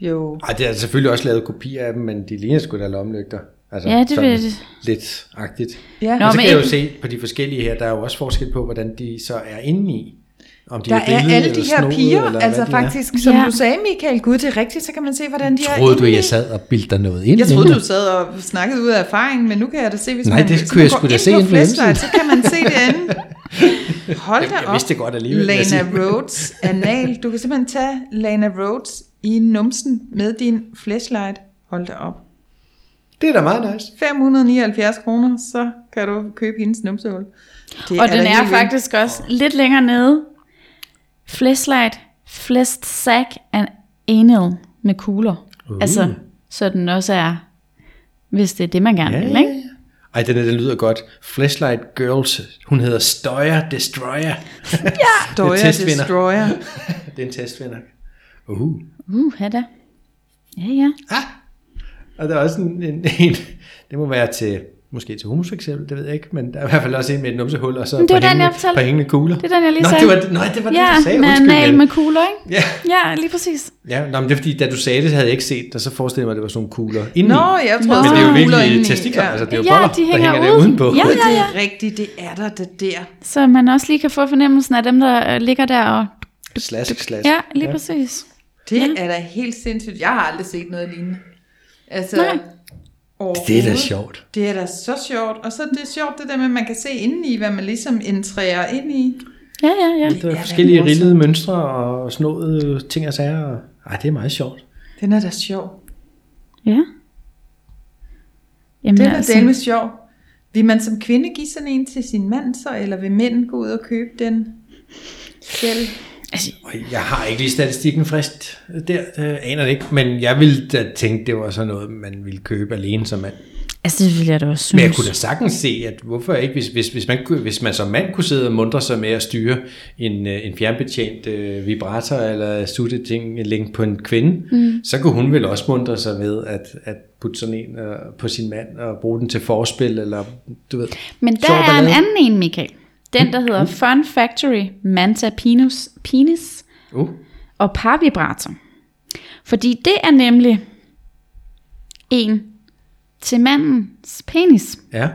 Speaker 1: Jo.
Speaker 3: Ej, det er selvfølgelig også lavet kopier af dem, men de ligner sgu da lommelygter. Altså,
Speaker 2: Ja, det
Speaker 3: sådan
Speaker 2: vil det.
Speaker 3: Lidt agtigt.
Speaker 1: Ja.
Speaker 2: Nå,
Speaker 3: Nå, men så
Speaker 2: men
Speaker 3: kan jeg jo
Speaker 2: ikke-
Speaker 3: se på de forskellige her, der er jo også forskel på, hvordan de så er inde i. Om de
Speaker 1: Der
Speaker 3: er,
Speaker 1: er
Speaker 3: billede,
Speaker 1: alle de her piger, altså faktisk, som
Speaker 2: Ja.
Speaker 1: du sagde, Michael, gud, det er rigtigt, så kan man se, hvordan de
Speaker 3: Er.
Speaker 1: er
Speaker 3: Troede du,
Speaker 1: inde i-
Speaker 3: jeg sad og bildte dig noget ind?
Speaker 1: Jeg troede,
Speaker 3: inden?
Speaker 1: du sad og snakkede ud af erfaring, men nu kan jeg da se, hvis
Speaker 3: Nej,
Speaker 1: man,
Speaker 3: det
Speaker 1: hvis
Speaker 3: kunne
Speaker 1: man
Speaker 3: jeg
Speaker 1: går
Speaker 3: sgu da
Speaker 1: ind
Speaker 3: se
Speaker 1: på
Speaker 3: inde på
Speaker 1: Flashlight,
Speaker 3: hjemmesiden.
Speaker 1: så kan man se det andet. Hold da
Speaker 3: jeg
Speaker 1: op.
Speaker 3: vidste det godt alligevel, vil jeg
Speaker 1: Lana
Speaker 3: sige.
Speaker 1: Rhodes anal. Du kan simpelthen tage Lana Rhodes i numsen med din flashlight. Hold da op.
Speaker 3: Det er da meget nice.
Speaker 1: 579 kroner, så kan du købe hendes numsehul. Det
Speaker 2: Og den
Speaker 1: da
Speaker 2: er
Speaker 1: helt vildt.
Speaker 2: faktisk også lidt længere nede. Flashlight, flest sack and anal med kugler. Uh. Altså, så den også er, hvis det er det, man gerne vil, ikke?
Speaker 3: Ej, den, her, den lyder godt. Flashlight Girls, hun hedder Støjer Destroyer.
Speaker 1: Destroyer,
Speaker 3: Det er testvinder.
Speaker 1: Destroyer.
Speaker 3: det er en testvinder. Uh.
Speaker 2: Uh, hvad da? Ja, ja.
Speaker 3: Ah. Og der er også en, en, en, det må være til, måske til homoseksuelle, det ved jeg ikke, men der er i hvert fald også en med et numsehul, og så
Speaker 2: Men det var den,
Speaker 3: par
Speaker 2: jeg
Speaker 3: hængende-
Speaker 2: fortalte.
Speaker 3: par hængende kugler.
Speaker 2: Det er den, jeg lige
Speaker 3: Nå,
Speaker 2: sagde.
Speaker 3: Det var, nej, det var
Speaker 2: ja,
Speaker 3: det, du sagde.
Speaker 2: med
Speaker 3: Undskyld,
Speaker 2: anal
Speaker 3: Mette.
Speaker 2: med kugler, ikke?
Speaker 3: Ja.
Speaker 2: Ja, lige præcis.
Speaker 3: Ja, nå, men det er fordi, da du sagde det, havde jeg ikke set det, så forestillede jeg mig, at det var sådan nogle kugler indeni.
Speaker 1: Nå, jeg tror,
Speaker 3: Men det er jo
Speaker 1: kugler indeni,
Speaker 3: virkelig testikler,
Speaker 1: ja.
Speaker 3: ja. altså det er jo
Speaker 2: Ja,
Speaker 3: boller,
Speaker 2: de hænger
Speaker 3: der hænger
Speaker 2: ude.
Speaker 3: der udenpå.
Speaker 2: Ja.
Speaker 1: Ja, ja. Det er rigtigt, det er der, det der.
Speaker 2: Så man også lige kan få fornemmelsen af dem, der øh, ligger der og...
Speaker 3: Slask, slask.
Speaker 2: Ja, lige ja. præcis.
Speaker 1: Det ja. er da helt sindssygt. Jeg har aldrig set noget lignende. Altså,
Speaker 2: Nej.
Speaker 3: Det er da
Speaker 1: overhovedet.
Speaker 3: sjovt.
Speaker 1: Det er da så sjovt. Og så er det sjovt det der med, at man kan se indeni, hvad man ligesom entrerer ind i.
Speaker 2: Ja, ja, ja.
Speaker 3: Der
Speaker 1: er
Speaker 3: er
Speaker 1: da
Speaker 3: forskellige
Speaker 1: morsomt.
Speaker 3: rillede mønstre og snåede ting og sager. og- Ej, det er meget sjovt.
Speaker 1: Den er da sjov.
Speaker 2: ja. Jamen, altså,
Speaker 1: Den er del med sjov. Vil man som kvinde give sådan en til sin mand så, eller vil mænd gå ud og købe den selv?
Speaker 2: altså,
Speaker 3: Og Jeg har ikke lige statistikken frist der, øh, aner det ikke, men jeg ville da tænke, det var sådan noget, man ville købe alene som mand.
Speaker 2: altså, det vil jeg da også synes.
Speaker 3: Men jeg kunne da sagtens se, at hvorfor ikke, hvis, hvis, hvis, man, kunne, hvis man som mand kunne sidde og mundre sig med at styre en, øh, en fjernbetjent øh, vibrator eller sutte ting længe på en kvinde, mm. så kunne hun vel også mundre sig ved at, at putte sådan en øh, på sin mand og bruge den til forspil, eller du ved.
Speaker 2: Men der
Speaker 3: sjov
Speaker 2: er en
Speaker 3: ballade. Mm.
Speaker 2: anden en, Michael. Den, der hedder Fun Factory Manta Penis, Penis
Speaker 3: Uh.
Speaker 2: og Parvibrator. Fordi det er nemlig en til mandens penis,
Speaker 3: Ja.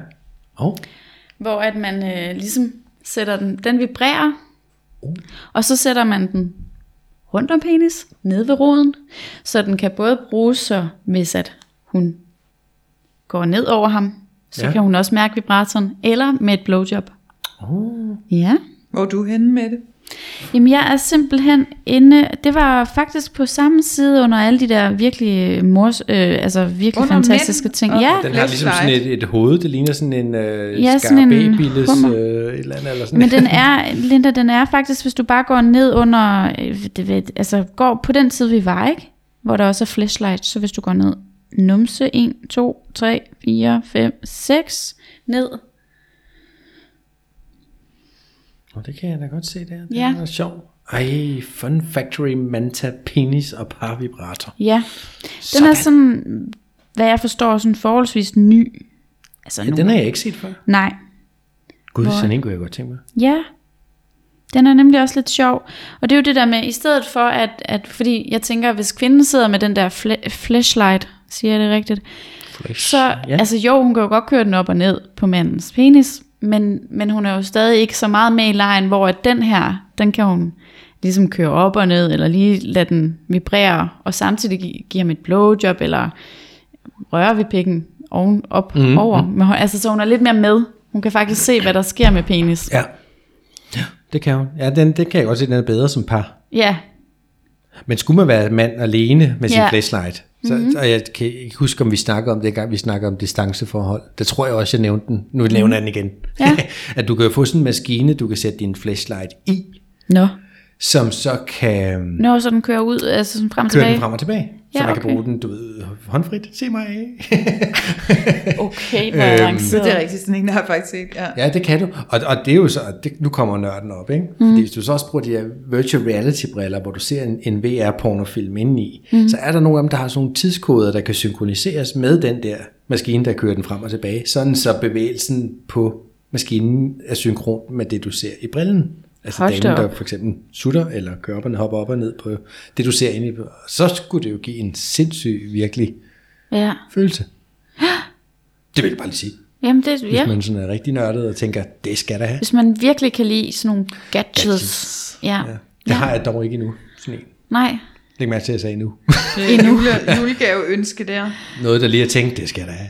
Speaker 3: Oh.
Speaker 2: hvor at man øh, ligesom sætter den, den vibrerer, og så sætter man den rundt om penis, ned ved roden, så den kan både bruges, så hvis at hun går ned over ham, så ja.
Speaker 3: Ja.
Speaker 2: kan hun også mærke vibratoren, eller med et blowjob. Oh. Ja.
Speaker 1: Hvor er du henne med det?
Speaker 2: Jamen jeg er simpelthen inde, det var faktisk på samme side under alle de der virkelig mors, øh, altså virkelig
Speaker 1: Under
Speaker 2: fantastiske
Speaker 1: mænd
Speaker 2: ting.
Speaker 1: og-
Speaker 2: Ja,
Speaker 3: Den har ligesom sådan
Speaker 1: Flashlight.
Speaker 3: et, et hoved, det ligner sådan en øh,
Speaker 2: Ja,
Speaker 3: ja,
Speaker 2: sådan en
Speaker 3: skarabæbiles
Speaker 2: hummer.
Speaker 3: øh, et eller andet. Eller sådan
Speaker 2: Men den er, Linda, den er faktisk, hvis du bare går ned under, øh, det ved, altså går på den side, vi var, ikke? Hvor der også er flashlight, så hvis du går ned, numse 1, 2, 3, 4, 5, 6, ned.
Speaker 3: Nå, det kan jeg da godt se der. Det
Speaker 2: Ja.
Speaker 3: ja. er sjov. Ej, Fun Factory Manta Penis og Par Vibrator.
Speaker 2: Ja, den sådan.
Speaker 3: Sådan.
Speaker 2: er sådan hvad jeg forstår, sådan forholdsvis ny. Altså,
Speaker 3: Ja,
Speaker 2: nu-
Speaker 3: den har jeg ikke set før.
Speaker 2: Nej.
Speaker 3: Gud,
Speaker 2: Hvor-
Speaker 3: sådan en kunne jeg godt tænke mig.
Speaker 2: Ja, den er nemlig også lidt sjov. Og det er jo det der med, i stedet for at, at fordi jeg tænker, hvis kvinden sidder med den der fle- flashlight, siger jeg det rigtigt,
Speaker 3: Flash.
Speaker 2: så, ja. altså jo, hun kan jo godt køre den op og ned på mandens penis, men, men hun er jo stadig ikke så meget med i lejen, hvor at den her, den kan hun ligesom køre op og ned, eller lige lade den vibrere, og samtidig gi- give ham et blowjob, eller røre ved pikken oven, op mm, over. Men hun, altså, så hun er lidt mere med. Hun kan faktisk se, hvad der sker med penis.
Speaker 3: Ja. Ja, Det kan hun. Ja, den, det kan jeg godt se, den er bedre som par.
Speaker 2: Ja,
Speaker 3: Men skulle man være mand alene med sin
Speaker 2: Ja. Mhm.
Speaker 3: yeah. flashlight? Så, mm-hmm. Og jeg kan ikke huske, om vi snakkede om det, gang vi snakkede om distanceforhold. Der tror jeg også, jeg nævnte den. Nu nævner jeg den igen.
Speaker 2: Mhm. Ja.
Speaker 3: at du kan jo få sådan en maskine, du kan sætte din flashlight i,
Speaker 2: Nå.
Speaker 3: som så kan...
Speaker 2: Nå, så den kører ud, altså sådan frem og
Speaker 3: Køre
Speaker 2: tilbage.
Speaker 3: den frem og tilbage, så
Speaker 2: Ja,
Speaker 3: man kan
Speaker 2: okay.
Speaker 3: bruge den du ved, håndfrit. Se mig.
Speaker 2: Okay, hvor avanceret.
Speaker 1: Det er rigtigt, sådan en har jeg faktisk set. Ja.
Speaker 3: ja, det kan du. Og, og det er jo så, det, nu kommer nørden op, ikke? Mm. Fordi hvis du så også bruger de her virtual reality briller, hvor du ser en, en VR-pornofilm indeni, mm. så er der nogle af dem, der har sådan nogle tidskoder, der kan synkroniseres med den der maskine, der kører den frem og tilbage, sådan så bevægelsen på maskinen er synkron med det, du ser i brillen. Altså
Speaker 2: Hold
Speaker 3: Hold
Speaker 2: da
Speaker 3: damen, der
Speaker 2: op.
Speaker 3: for eksempel sutter, eller kører op og hopper op og ned på det, du ser inde i. Så skulle det jo give en sindssyg, virkelig
Speaker 2: Ja.
Speaker 3: følelse. Det vil jeg bare lige sige.
Speaker 2: Jamen, det, ja.
Speaker 3: Hvis man sådan er rigtig nørdet og tænker, det skal der have.
Speaker 2: Hvis man virkelig kan lide sådan nogle gadgets. Ja.
Speaker 3: Ja.
Speaker 2: ja.
Speaker 3: Det har jeg dog ikke endnu. Sådan en.
Speaker 2: Nej.
Speaker 3: Læg mærke til, at jeg sagde nu.
Speaker 1: Det er en jule, julegaveønske der.
Speaker 3: Noget, der lige har tænkt, det skal der have.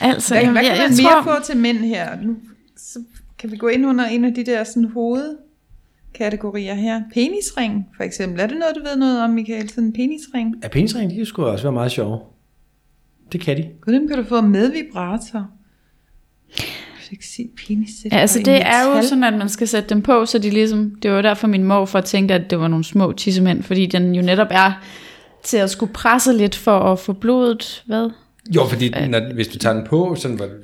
Speaker 2: Altså,
Speaker 1: Hvad,
Speaker 2: jamen,
Speaker 1: hvad
Speaker 2: jeg,
Speaker 1: kan
Speaker 2: jeg
Speaker 1: man mere
Speaker 2: tror,
Speaker 1: få til mænd her? Nu så kan vi gå ind under en af de der sådan, hovedkategorier her. Penisring, for eksempel. Er det noget, du ved noget om, Michael? Sådan en penisring?
Speaker 3: Ja, penisring, de kan sgu også være meget sjove. Det kan de.
Speaker 1: Gud, dem kan du få med vibrator. Flexi penis.
Speaker 2: ja, altså det er jo sådan, at man skal sætte dem på, så de ligesom, det var derfor min mor for at tænke, at det var nogle små tissemænd, fordi den jo netop er til at skulle presse lidt for at få blodet, hvad?
Speaker 3: Jo, fordi når, hvis du tager den på, så hvor den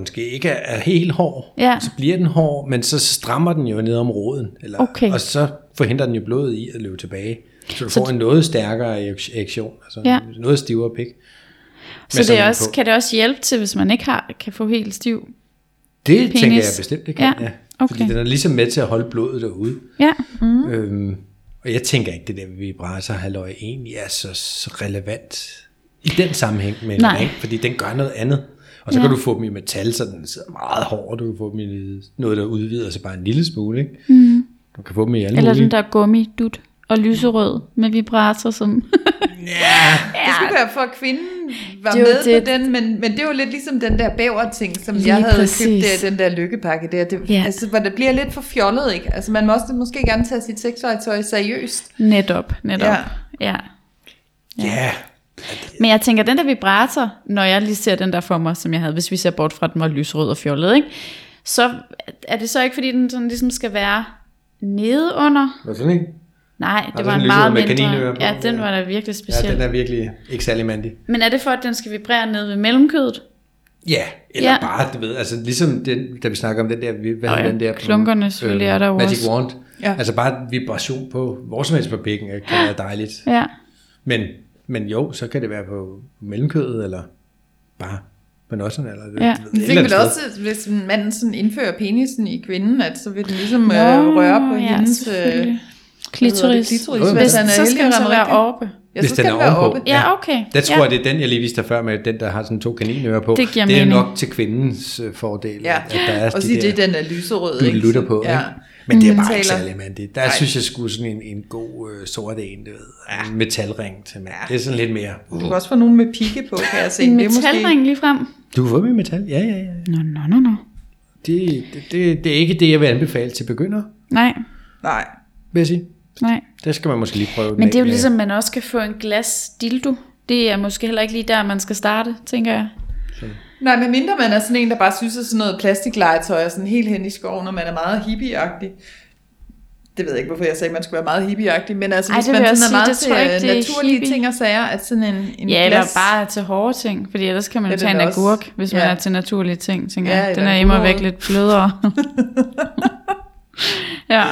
Speaker 3: måske ikke er, er helt hård,
Speaker 2: Ja.
Speaker 3: så bliver den hård, men så strammer den jo ned om roden. Eller,
Speaker 2: Okay.
Speaker 3: Og så forhindrer den jo blodet i at løbe tilbage. Så du
Speaker 2: Så
Speaker 3: får en noget stærkere erektion, altså
Speaker 2: Ja.
Speaker 3: en noget stivere pik.
Speaker 2: Så det
Speaker 3: sådan
Speaker 2: er
Speaker 3: en
Speaker 2: også,
Speaker 3: på.
Speaker 2: kan det også hjælpe til, hvis man ikke har, kan få helt stiv.
Speaker 3: Det
Speaker 2: Penis.
Speaker 3: penis. tænker jeg bestemt, det kan.
Speaker 2: Ja,
Speaker 3: Ja.
Speaker 2: okay.
Speaker 3: Fordi den er ligesom med til at holde blodet derude.
Speaker 2: Ja.
Speaker 3: Mm. Øhm, og jeg tænker ikke, det der vibrator halløj egentlig er så s- relevant i den sammenhæng med en
Speaker 2: Nej.
Speaker 3: ring, fordi den gør noget andet. Og så ja.
Speaker 2: Ja.
Speaker 3: kan du få dem i metal, så den sidder meget hård, og du kan få dem i noget, der udvider sig bare en lille smule. Ikke? Mm. Du kan få dem i alle
Speaker 2: Eller
Speaker 3: mulige.
Speaker 2: den der gummi, dut og lyserød med vibrator, som...
Speaker 1: Det skulle være for, at kvinden var
Speaker 2: Det er jo
Speaker 1: med det.
Speaker 2: det.
Speaker 1: på den, men, men det er jo lidt ligesom den der bæver-ting, som
Speaker 2: Lige
Speaker 1: jeg havde
Speaker 2: præcis.
Speaker 1: købt der, den der lykkepakke der. Det,
Speaker 2: Ja.
Speaker 1: ja. Altså, hvor det bliver lidt for fjollet, ikke? Altså, man må også måske gerne tage sit sexlegetøj seriøst.
Speaker 2: Netop, netop. Ja.
Speaker 1: Ja.
Speaker 2: ja.
Speaker 3: Ja,
Speaker 2: Men jeg tænker, den der vibrator, når jeg lige ser den der for mig, som jeg havde, hvis vi ser bort fra, at den var lysrød og fjollet, ikke? så er det så ikke, fordi den sådan ligesom skal være nede under?
Speaker 3: var sådan en?
Speaker 2: Nej, det
Speaker 3: det er
Speaker 2: var
Speaker 3: sådan
Speaker 2: en
Speaker 3: en
Speaker 2: meget
Speaker 3: lyserød med
Speaker 2: mindre.
Speaker 3: kaninører på.
Speaker 2: Ja, den var da virkelig
Speaker 3: Ja,
Speaker 2: speciel.
Speaker 3: den er virkelig ikke særlig mandig.
Speaker 2: Men er det for, at den skal vibrere nede ved mellemkødet?
Speaker 3: Ja, eller
Speaker 2: Ja.
Speaker 3: ja. bare, du ved, altså ligesom den, da vi snakker om den der, hvad hedder
Speaker 2: ja,
Speaker 3: den der?
Speaker 2: klunkerne selvfølgelig er der jo
Speaker 3: Magic
Speaker 2: også.
Speaker 3: Wand.
Speaker 1: Ja.
Speaker 3: Ja. Altså bare vibration på, hvor som helst på bækken, øh, kan være dejligt.
Speaker 2: Ja.
Speaker 3: Men, men jo, så kan det være på mellemkødet, eller bare på nosserne, eller
Speaker 2: Ja.
Speaker 3: et
Speaker 1: Men
Speaker 3: eller
Speaker 1: det
Speaker 3: andet
Speaker 1: vil
Speaker 3: sted.
Speaker 1: også, hvis manden sådan indfører penisen i kvinden, at så vil den ligesom øh,
Speaker 2: Nå,
Speaker 1: røre på
Speaker 2: ja,
Speaker 1: hendes...
Speaker 2: selvfølgelig.
Speaker 1: Øh,
Speaker 2: Klitoris.
Speaker 1: klitoris,
Speaker 2: Hvis,
Speaker 1: hvis han er
Speaker 2: så skal den
Speaker 1: heldig
Speaker 2: så
Speaker 1: og
Speaker 2: være
Speaker 1: rigtig.
Speaker 2: oppe.
Speaker 1: ja,
Speaker 3: Hvis
Speaker 1: så
Speaker 3: den
Speaker 1: skal
Speaker 3: er
Speaker 1: den være
Speaker 3: ovenpå.
Speaker 1: oppe.
Speaker 2: Ja, okay.
Speaker 3: Der tror
Speaker 2: ja.
Speaker 3: ja. jeg, det er den, jeg lige viste dig før med, den der har sådan to kaninører på.
Speaker 2: Det giver
Speaker 3: det er jo
Speaker 2: mening.
Speaker 3: nok til kvindens øh, fordel,
Speaker 1: Ja,
Speaker 3: at der er
Speaker 1: og
Speaker 3: de
Speaker 1: sige, det
Speaker 3: der,
Speaker 1: er den er lyserød,
Speaker 3: du
Speaker 1: ikke?
Speaker 3: lutter på.
Speaker 1: Ja.
Speaker 3: Ja. Ikke? Men det er
Speaker 2: Mm.
Speaker 1: Den
Speaker 3: bare ikke
Speaker 1: taler.
Speaker 3: særlig mandigt. Der Ej. synes jeg skulle sådan en, en god øh, sort en, du ved. Ja. En metalring til mand. Ja. Det er sådan lidt mere. Uh.
Speaker 1: Du kan også få nogen med pigge på, kan jeg se.
Speaker 2: En
Speaker 1: Det er måske-
Speaker 2: metalring lige frem.
Speaker 3: Du har fået med metal? Ja, ja, ja.
Speaker 2: Nå, nå, nå, nå.
Speaker 3: Det, det, det, det er ikke det, jeg vil anbefale til begynder,
Speaker 2: Nej,
Speaker 1: Nej.
Speaker 3: vil jeg sige.
Speaker 2: nej.
Speaker 3: Der skal man måske lige prøve den
Speaker 2: Men det er
Speaker 3: af
Speaker 2: jo
Speaker 3: med-
Speaker 2: ligesom, man også kan få en glas dildo. Det er måske heller ikke lige der, man skal starte, tænker jeg.
Speaker 1: Nej, men mindre man er sådan en, der bare synes, at sådan noget plastiklegetøj er sådan helt hen i skoven, og man er meget hippieagtig. Det ved jeg ikke, hvorfor jeg sagde, at man skulle være meget hippieagtig, men altså,
Speaker 2: Ej,
Speaker 1: Ej, hvis
Speaker 2: det
Speaker 1: man
Speaker 2: vil jeg
Speaker 1: sådan
Speaker 2: også
Speaker 1: er meget
Speaker 2: sige, det tror
Speaker 1: til
Speaker 2: jeg ikke,
Speaker 1: øh,
Speaker 2: det er
Speaker 1: naturlige
Speaker 2: hippie.
Speaker 1: ting og sager, at sådan en, en
Speaker 2: Ja, eller
Speaker 1: glas...
Speaker 2: bare til hårde ting, fordi ellers kan man
Speaker 1: Ja,
Speaker 2: jo tage en
Speaker 1: den er også-
Speaker 2: agurk, hvis man
Speaker 1: ja.
Speaker 2: er til naturlige ting, tænker
Speaker 1: Ja,
Speaker 2: jeg. Den
Speaker 1: eller
Speaker 2: er
Speaker 1: en
Speaker 2: imod væk
Speaker 1: gulerod.
Speaker 2: lidt blødere. ja.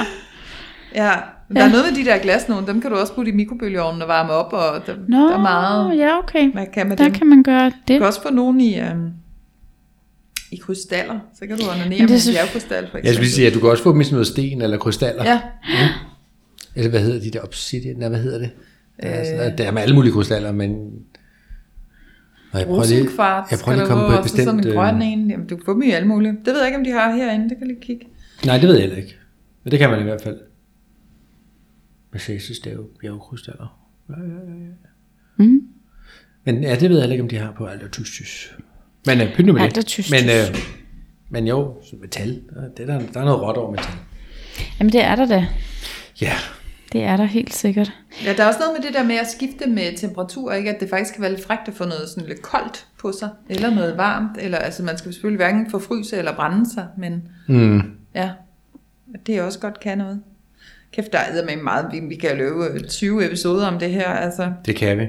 Speaker 1: Ja, men der er noget med de der glas nogen, dem kan du også putte i mikrobølgeovnen og varme op, og der,
Speaker 2: Nå,
Speaker 1: der er meget,
Speaker 2: ja okay.
Speaker 1: man kan med
Speaker 2: Der
Speaker 1: dem.
Speaker 2: kan man gøre det.
Speaker 1: Du kan også få nogen i, øhm, i krystaller, så kan du onanere med
Speaker 2: det er
Speaker 1: en
Speaker 2: så-
Speaker 1: bjergkrystal for eksempel.
Speaker 3: Jeg skulle lige sige, at du kan også få dem i sådan noget sten eller krystaller. Mm.
Speaker 1: Ja,
Speaker 3: Eller hvad hedder de der obsidian? Nej, hvad hedder det? Øh. Sådan, noget. det er med alle mulige krystaller, men... Nå, jeg
Speaker 1: rosenkvarts,
Speaker 3: jeg prøver
Speaker 1: kan du
Speaker 3: lige at komme
Speaker 1: få,
Speaker 3: på et
Speaker 1: og så sådan
Speaker 3: bestemt...
Speaker 1: en
Speaker 3: øh,
Speaker 1: grøn en. Jamen, du kan få dem i alle mulige. Det ved jeg ikke, om de har herinde, det kan jeg lige kigge.
Speaker 3: Nej, det ved jeg heller ikke. Men det kan man i hvert fald. Med selsestave, bjergkrystaller.
Speaker 1: Mm-hmm.
Speaker 3: Ja, ja, ja. ja. Mm. Men ja, det ved jeg heller ikke, om de har på alt tystys. Men øh, pynt nu med det.
Speaker 2: Alt er tys-tys.
Speaker 3: Men, øh, men jo, sådan metal. øh, Det er der, der er noget råt over metal.
Speaker 2: Jamen det er der da.
Speaker 3: Ja,
Speaker 2: Det er der helt sikkert.
Speaker 1: Ja, der er også noget med det der med at skifte med temperatur, ikke? at det faktisk kan være lidt frækt at få noget sådan lidt koldt på sig, eller noget varmt, eller altså man skal selvfølgelig hverken forfryse eller brænde sig, men mm. ja, at det også godt kan noget. Kæft, der er med meget, vi, vi kan løbe 20 episoder om det her, altså.
Speaker 3: det kan vi.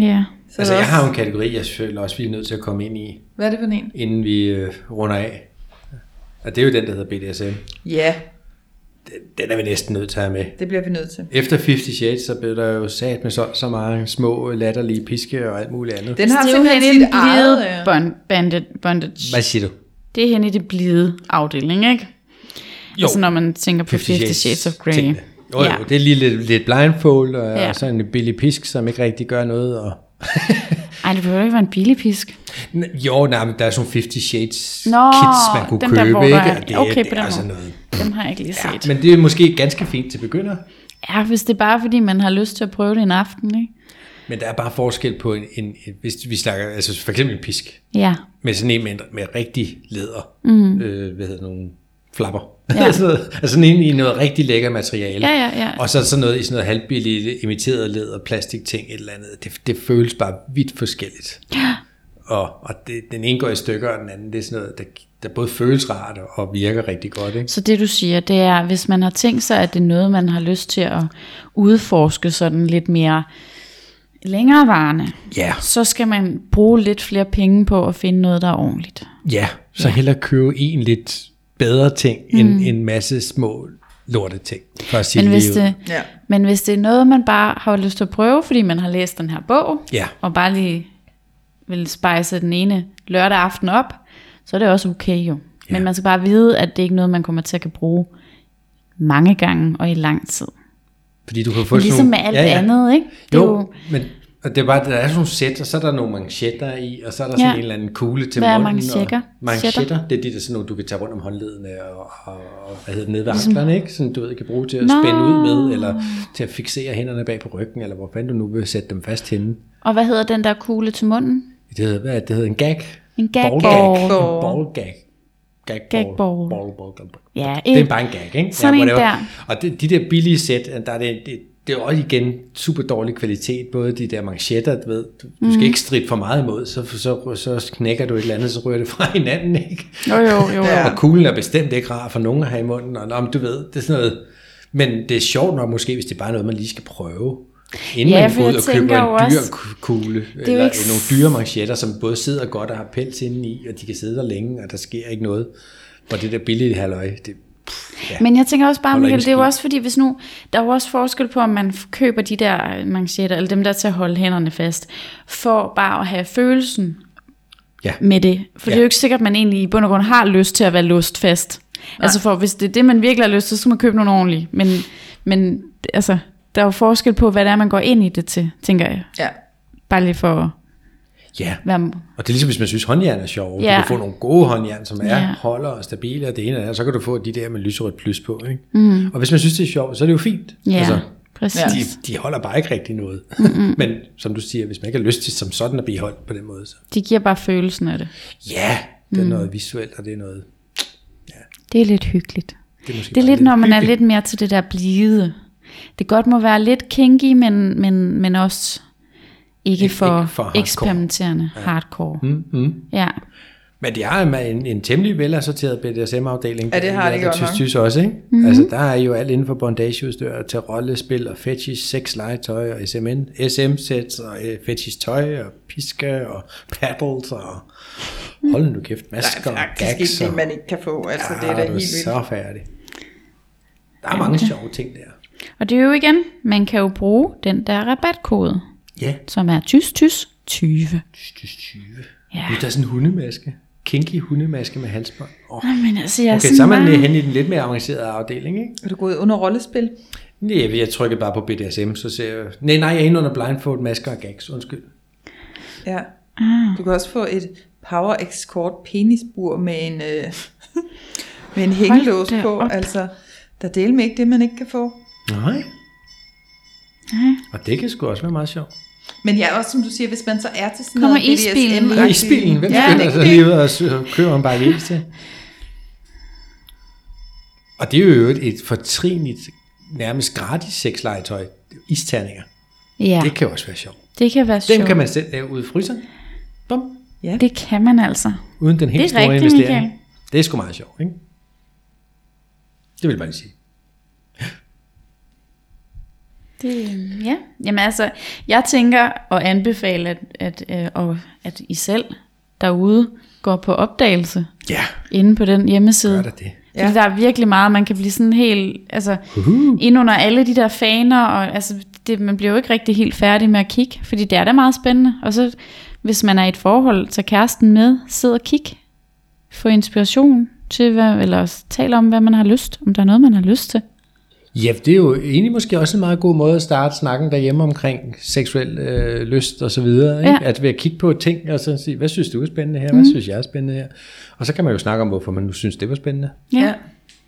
Speaker 2: Ja.
Speaker 1: Så
Speaker 3: Så altså,
Speaker 1: er der også,
Speaker 3: jeg har jo en kategori, jeg føler også, vi er nødt til at komme ind i,
Speaker 1: Hvad er det for en?
Speaker 3: inden vi øh, runder af. Og det er jo den, der hedder BDSM.
Speaker 1: Ja,
Speaker 3: Den er vi næsten nødt til at have med.
Speaker 1: det bliver vi nødt til.
Speaker 3: Efter 50 Shades, så blev der jo sat med så, så mange små latterlige piske og alt muligt andet.
Speaker 1: Den har
Speaker 2: Altså, Det er jo
Speaker 1: simpelthen
Speaker 2: henne i
Speaker 1: sit
Speaker 2: den blide
Speaker 1: eget... øh,
Speaker 2: bond, bandit, bondage.
Speaker 3: Hvad siger du?
Speaker 2: Det er henne i det blide afdeling, ikke? Jo. Altså når man tænker på 50 Shades, of Grey.
Speaker 3: tingene. Jo, jo,
Speaker 2: Ja.
Speaker 3: det er lige lidt, lidt blindfold, og, ja.
Speaker 2: Ja.
Speaker 3: og sådan en billig pisk, som ikke rigtig gør noget. Og...
Speaker 2: Ej, det behøver ikke være en billig pisk.
Speaker 3: N- Jo, nej, men der er sådan 50 Shades
Speaker 2: Nå,
Speaker 3: kits, man kunne
Speaker 2: dem
Speaker 3: købe.
Speaker 2: der, hvor der
Speaker 3: ikke?
Speaker 2: er-
Speaker 3: Og det,
Speaker 2: okay,
Speaker 3: det
Speaker 2: på den
Speaker 3: er sådan
Speaker 2: måde.
Speaker 3: noget.
Speaker 2: Dem har jeg ikke lige set. Ja, men...
Speaker 3: Men det er måske ganske fint til begynder,
Speaker 2: ja, hvis det er bare fordi, man har lyst til at prøve det en aften, ikke?
Speaker 3: men der er bare forskel på, en, en, en hvis vi snakker, altså for eksempel en pisk,
Speaker 2: Ja.
Speaker 3: med sådan en med, en- med rigtig læder,
Speaker 2: Mhm.
Speaker 3: mm. øh, hvad hedder det, nogle flapper. Ja. sådan noget, altså sådan en i noget rigtig lækker materiale.
Speaker 2: Ja, ja, ja.
Speaker 3: Og så sådan noget i sådan noget halvbilligt imiteret læder, plastik ting, et eller andet. Det, det føles bare vidt forskelligt. Ja. Og, og det, den ene går i stykker, og den anden, det er sådan noget, der, der både føles rart og virker rigtig godt. Ikke?
Speaker 2: Så det du siger, det er, hvis man har tænkt sig, at det er noget, man har lyst til at udforske sådan lidt mere længerevarende,
Speaker 3: Ja,
Speaker 2: så skal man bruge lidt flere penge på at finde noget, der er ordentligt.
Speaker 3: ja. Så ja. hellere købe en lidt bedre ting, mm. end en masse små lorte ting, for at sige
Speaker 2: Men
Speaker 3: det
Speaker 2: hvis
Speaker 3: lige ud.
Speaker 2: det,
Speaker 1: Ja.
Speaker 2: men hvis det er noget, man bare har lyst til at prøve, fordi man har læst den her bog,
Speaker 3: Ja.
Speaker 2: og bare lige vil spejse den ene lørdag aften op, så er det også okay jo. Ja. Men man skal bare vide, at det ikke er noget, man kommer til at kan bruge mange gange og i lang tid.
Speaker 3: Fordi du kan få sådan
Speaker 2: Ligesom
Speaker 3: nogle-
Speaker 2: med alt ja, ja. andet, ikke? Det
Speaker 3: Jo,
Speaker 2: er
Speaker 3: jo, men og det er bare, der er sådan nogle sæt, og så er der nogle manchetter i, og så er der sådan
Speaker 2: Ja.
Speaker 3: en eller anden kugle til
Speaker 2: Hvad er
Speaker 3: munden.
Speaker 2: manchetter?
Speaker 3: Og manchetter, det er de der sådan nogle, du kan tage rundt om håndledene, og, og, og hvad hedder det, nede ved anklerne, ikke? Sådan, du ved, kan bruge til at
Speaker 2: Ligesom- Nå.
Speaker 3: spænde ud med, eller til at fixere hænderne bag på ryggen, eller hvor fanden du nu vil sætte dem fast henne.
Speaker 2: Og hvad hedder den der kugle til munden?
Speaker 3: Det hedder, hvad er det? det hedder en gag.
Speaker 2: En gag.
Speaker 3: Ball gag. En
Speaker 1: Ball.
Speaker 3: ball gag. Gag
Speaker 2: Gag ball.
Speaker 3: Ball, ball, ball, ball, ball.
Speaker 2: Ja,
Speaker 3: Det er
Speaker 2: en-
Speaker 3: bare en gag, ikke?
Speaker 2: sådan en
Speaker 3: whatever.
Speaker 2: der.
Speaker 3: Og det, de der billige sæt, der er det, det, det er også igen super dårlig kvalitet, både de der manchetter, du ved, du, du skal
Speaker 2: Mm.
Speaker 3: ikke stritte for meget imod, så, så, så knækker du et eller andet, så ryger det fra hinanden, ikke?
Speaker 2: Jo, jo, jo.
Speaker 1: Ja.
Speaker 2: ja.
Speaker 3: Og kuglen er bestemt ikke rar for nogen at have i munden, og om du ved, det er sådan noget, men det er sjovt nok måske, hvis det er bare noget, man lige skal prøve, inden
Speaker 2: Ja,
Speaker 3: ja, man
Speaker 2: for
Speaker 3: går ud
Speaker 2: jeg
Speaker 3: og køber
Speaker 2: tænker jo
Speaker 3: en dyr
Speaker 2: også-
Speaker 3: ku- kugle,
Speaker 2: jo
Speaker 3: eller
Speaker 2: ikke
Speaker 3: ikke... nogle dyre manchetter, som både sidder godt og har pels indeni, og de kan sidde der længe, og der sker ikke noget. Og det der billige halløj, det,
Speaker 2: Men jeg tænker også bare,
Speaker 3: Holder
Speaker 2: Michael,
Speaker 3: ingen
Speaker 2: det er jo
Speaker 3: skid.
Speaker 2: også fordi, hvis nu, der er jo også forskel på, om man f- køber de der øh, manchetter, eller dem der til at holde hænderne fast, for bare at have følelsen
Speaker 3: Ja.
Speaker 2: med det. For ja. det er
Speaker 3: Ja.
Speaker 2: jo ikke sikkert, at man egentlig i bund og grund har lyst til at være låst fast. Altså for hvis det er det, man virkelig har lyst til, så skal man købe nogle ordentlige. Men, men altså, der er jo forskel på, hvad det er, man går ind i det til, tænker jeg.
Speaker 1: ja.
Speaker 2: Bare lige for at
Speaker 3: ja,
Speaker 2: være...
Speaker 3: Og det er ligesom, hvis man synes, håndjern er sjov. Ja.
Speaker 2: Ja.
Speaker 3: Du kan få nogle gode håndjern, som er
Speaker 2: Ja.
Speaker 3: ja. holder og stabile, og det ene og det andet, så kan du få de der med lyserødt plus på. Ikke? Mm. Og hvis man synes, det er sjovt, så er det jo fint.
Speaker 2: Ja, altså,
Speaker 3: Altså,
Speaker 2: præcis.
Speaker 1: Ja.
Speaker 2: Ja.
Speaker 3: de, de holder bare ikke rigtig noget. Mm-hmm. Men som du siger, hvis man ikke har lyst til som sådan at blive holdt på den måde, så
Speaker 2: De giver bare følelsen af det.
Speaker 3: ja, det er mm. noget visuelt, og det er noget...
Speaker 2: Det er lidt hyggeligt.
Speaker 3: Det er, måske
Speaker 2: Det er
Speaker 3: bare
Speaker 2: lidt, når man er lidt mere til det der blide. Det godt må være lidt kinky, men, men, men også ikke
Speaker 3: Ikke-
Speaker 2: for,
Speaker 3: ikke
Speaker 2: ikke
Speaker 3: for
Speaker 2: for
Speaker 3: hardcore.
Speaker 2: eksperimenterende hardcore. Mm, mm. Ja.
Speaker 3: Men de har en, en, en temmelig velassorteret BDSM-afdeling.
Speaker 1: Ja, det har de godt nok.
Speaker 3: synes også, ikke? Mm-hmm. Altså, der er jo alt inden for bondageudstyr til rollespil og fetish, sex, legetøj og SMN, SM-sæt og øh, fetish tøj og piske og paddles og... Hold nu kæft,
Speaker 1: Der er
Speaker 3: masker og
Speaker 1: faktisk
Speaker 3: gags
Speaker 1: ikke
Speaker 3: og...
Speaker 1: det, man ikke kan få. Altså, ja, det
Speaker 3: Ah,
Speaker 1: er da
Speaker 3: du
Speaker 1: helt vildt.
Speaker 3: så færdig. Der er mange sjove ting der.
Speaker 2: Og det er jo igen, man kan jo bruge den der rabatkode,
Speaker 3: Ja.
Speaker 2: som er tys tys 20.
Speaker 3: Stys 20.
Speaker 2: Ja.
Speaker 3: Ja. Der er sådan en hundemaske. Kinky hundemaske med halsbånd. Oh.
Speaker 2: Men altså, jeg
Speaker 3: Okay, så er man henne i den lidt mere avancerede afdeling, ikke?
Speaker 1: Er du gået under rollespil?
Speaker 3: Nej, jeg trykkede bare på BDSM, så ser jeg... Nej, nej, jeg er inde under blindfold, masker og gags, undskyld.
Speaker 1: Ja.
Speaker 2: Mm.
Speaker 1: Du kan også få et Power Escort penisbur med en, øh, med en hængelås
Speaker 2: da
Speaker 1: på.
Speaker 2: op.
Speaker 1: Altså, der deler med ikke det, man ikke kan få.
Speaker 3: Nej. Og det kan sgu også være meget sjovt.
Speaker 1: Men ja, også som du siger, hvis man så er til sådan
Speaker 2: Kommer
Speaker 1: noget
Speaker 2: isbilen?
Speaker 1: BDSM
Speaker 3: Og
Speaker 1: -agtigt-
Speaker 3: isbilen, hvem
Speaker 1: Ja,
Speaker 3: skynder
Speaker 1: det-
Speaker 3: sig lige ud og s- og køber en bare is til? Og det er jo i øvrigt et fortrinligt, nærmest gratis sexlegetøj. Isterninger.
Speaker 2: Ja,
Speaker 3: Det kan også være sjovt.
Speaker 2: det kan være sjovt.
Speaker 3: Dem kan man selv lave ude i fryseren. Bum.
Speaker 2: Det kan man altså.
Speaker 3: Uden den helt
Speaker 2: Det er
Speaker 3: store
Speaker 2: rigtigt,
Speaker 3: investering.
Speaker 2: Michael.
Speaker 3: Det er sgu meget sjovt, ikke? Det vil jeg bare lige sige.
Speaker 2: Det, ja, jamen altså, jeg tænker og anbefaler, at, at, øh, og at I selv derude går på opdagelse
Speaker 3: Ja,
Speaker 2: inde på den hjemmeside.
Speaker 3: gør der det.
Speaker 2: Fordi ja. der er virkelig meget, man kan blive sådan helt, altså, uh-huh. ind under alle de der faner, og altså, det, man bliver jo ikke rigtig helt færdig med at kigge, fordi det er da meget spændende. Og så, hvis man er i et forhold, tager kæresten med, sid og kig, få inspiration til, hvad, eller også tal om, hvad man har lyst, om der er noget, man har lyst til.
Speaker 3: Ja, det er jo egentlig måske også en meget god måde at starte snakken derhjemme omkring seksuel øh, lyst og så videre. Ikke?
Speaker 2: Ja. Mhm.
Speaker 3: Ja. At ved at kigge på ting og sådan sige, hvad synes du er spændende her, hvad synes jeg er spændende her. Og så kan man jo snakke om, hvorfor man nu synes, det var spændende.
Speaker 1: Ja.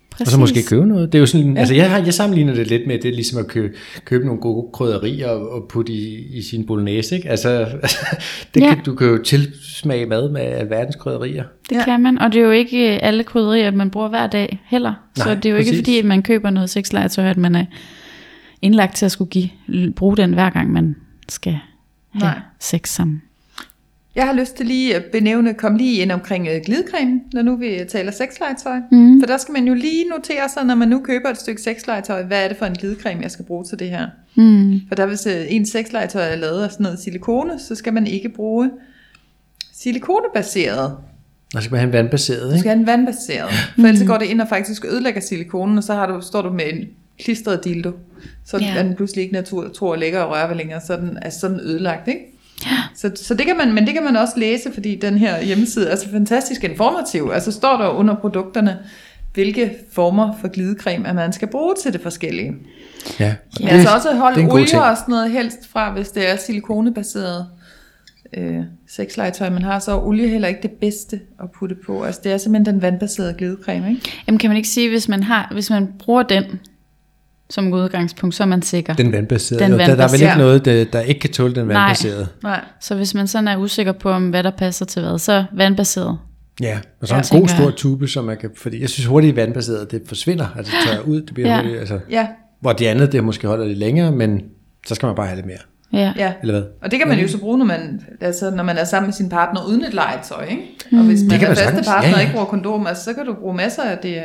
Speaker 2: præcis.
Speaker 3: Og så måske købe noget. Det er jo sådan, ja. altså jeg, har- jeg sammenligner det lidt med, det er ligesom at købe, købe nogle gode krydderier og, og putte i, i sin bolognese. Ikke? Altså, det
Speaker 2: Ja.
Speaker 3: kan, du kan jo tilsmage mad med alverdens krydderier.
Speaker 2: Det
Speaker 1: Ja.
Speaker 2: ja. kan man, og det er jo ikke øh, alle krydderier, man bruger hver dag heller. Nej, så
Speaker 3: Nej,
Speaker 2: det er jo ikke
Speaker 3: præcis.
Speaker 2: fordi, at man køber noget sexlegetøj, at man er indlagt til at skulle give, l- bruge den hver gang, man skal have
Speaker 1: Nej.
Speaker 2: Nej. sex sammen.
Speaker 1: Jeg har lyst til lige at benævne, kom lige ind omkring øh, glidecremen, når nu vi øh, taler sexlegetøj. Mm. For der skal man jo lige notere sig, når man nu køber et stykke sexlegetøj, hvad er det for en glidecreme, jeg skal bruge til det her.
Speaker 2: Mm.
Speaker 1: For der hvis øh, en sexlegetøj er lavet af sådan noget silikone, så skal man ikke bruge silikonebaseret.
Speaker 3: Og så skal man have en vandbaseret.
Speaker 1: Du
Speaker 3: Ikke?
Speaker 1: skal have en vandbaseret. For ellers så går det ind og faktisk ødelægger silikonen, og så har du, står du med en klistret dildo. Så
Speaker 2: Ja.
Speaker 1: er den pludselig ikke natur, tror og lækker og rører ved længere, så er den er sådan ødelagt, ikke? Så, så det kan man, men det kan man også læse, fordi den her hjemmeside er så fantastisk informativ. Altså står der jo under produkterne, hvilke former for glidecreme, at man skal bruge til det forskellige.
Speaker 3: Ja.
Speaker 1: Men altså også
Speaker 3: det er
Speaker 1: holde
Speaker 3: en god
Speaker 1: olie
Speaker 3: ting.
Speaker 1: og sådan noget helst fra, hvis det er silikonebaseret øh, sexlegetøj, man har, så er olie heller ikke det bedste at putte på. Altså det er simpelthen den vandbaserede glidecreme, ikke?
Speaker 2: Jamen kan man ikke sige, hvis man, har, hvis man bruger den som udgangspunkt, så er man sikker.
Speaker 3: Den vandbaserede.
Speaker 2: Den
Speaker 3: Den vandbaserede. Der, der er vel
Speaker 2: vandbaserede.
Speaker 3: ikke noget, der, der ikke kan tåle den
Speaker 2: Nej.
Speaker 3: vandbaserede.
Speaker 1: Nej.
Speaker 2: Så hvis man sådan er usikker på, om hvad der passer til hvad, så vandbaseret.
Speaker 3: Ja, og
Speaker 2: Ja,
Speaker 3: så ja, en god
Speaker 2: tænker jeg.
Speaker 3: stor tube, som man kan, fordi jeg synes hurtigt vandbaseret, det forsvinder, altså det tørrer ud, det bliver
Speaker 2: Ja.
Speaker 3: ja. hurtigt, altså,
Speaker 1: Ja,
Speaker 3: hvor det andet, det måske holder lidt længere, men så skal man bare have lidt mere,
Speaker 2: Ja.
Speaker 1: ja.
Speaker 3: eller Mm. hvad?
Speaker 1: Og det kan man jo så bruge, når man, altså, når man er sammen med sin partner uden et legetøj, ikke? Og hvis man
Speaker 3: Mm. kan
Speaker 1: er
Speaker 3: man
Speaker 1: faste
Speaker 3: sagtens.
Speaker 1: partner
Speaker 3: Ja,
Speaker 1: og
Speaker 3: ja.
Speaker 1: ikke bruger kondom, altså, så kan du bruge masser af det øh,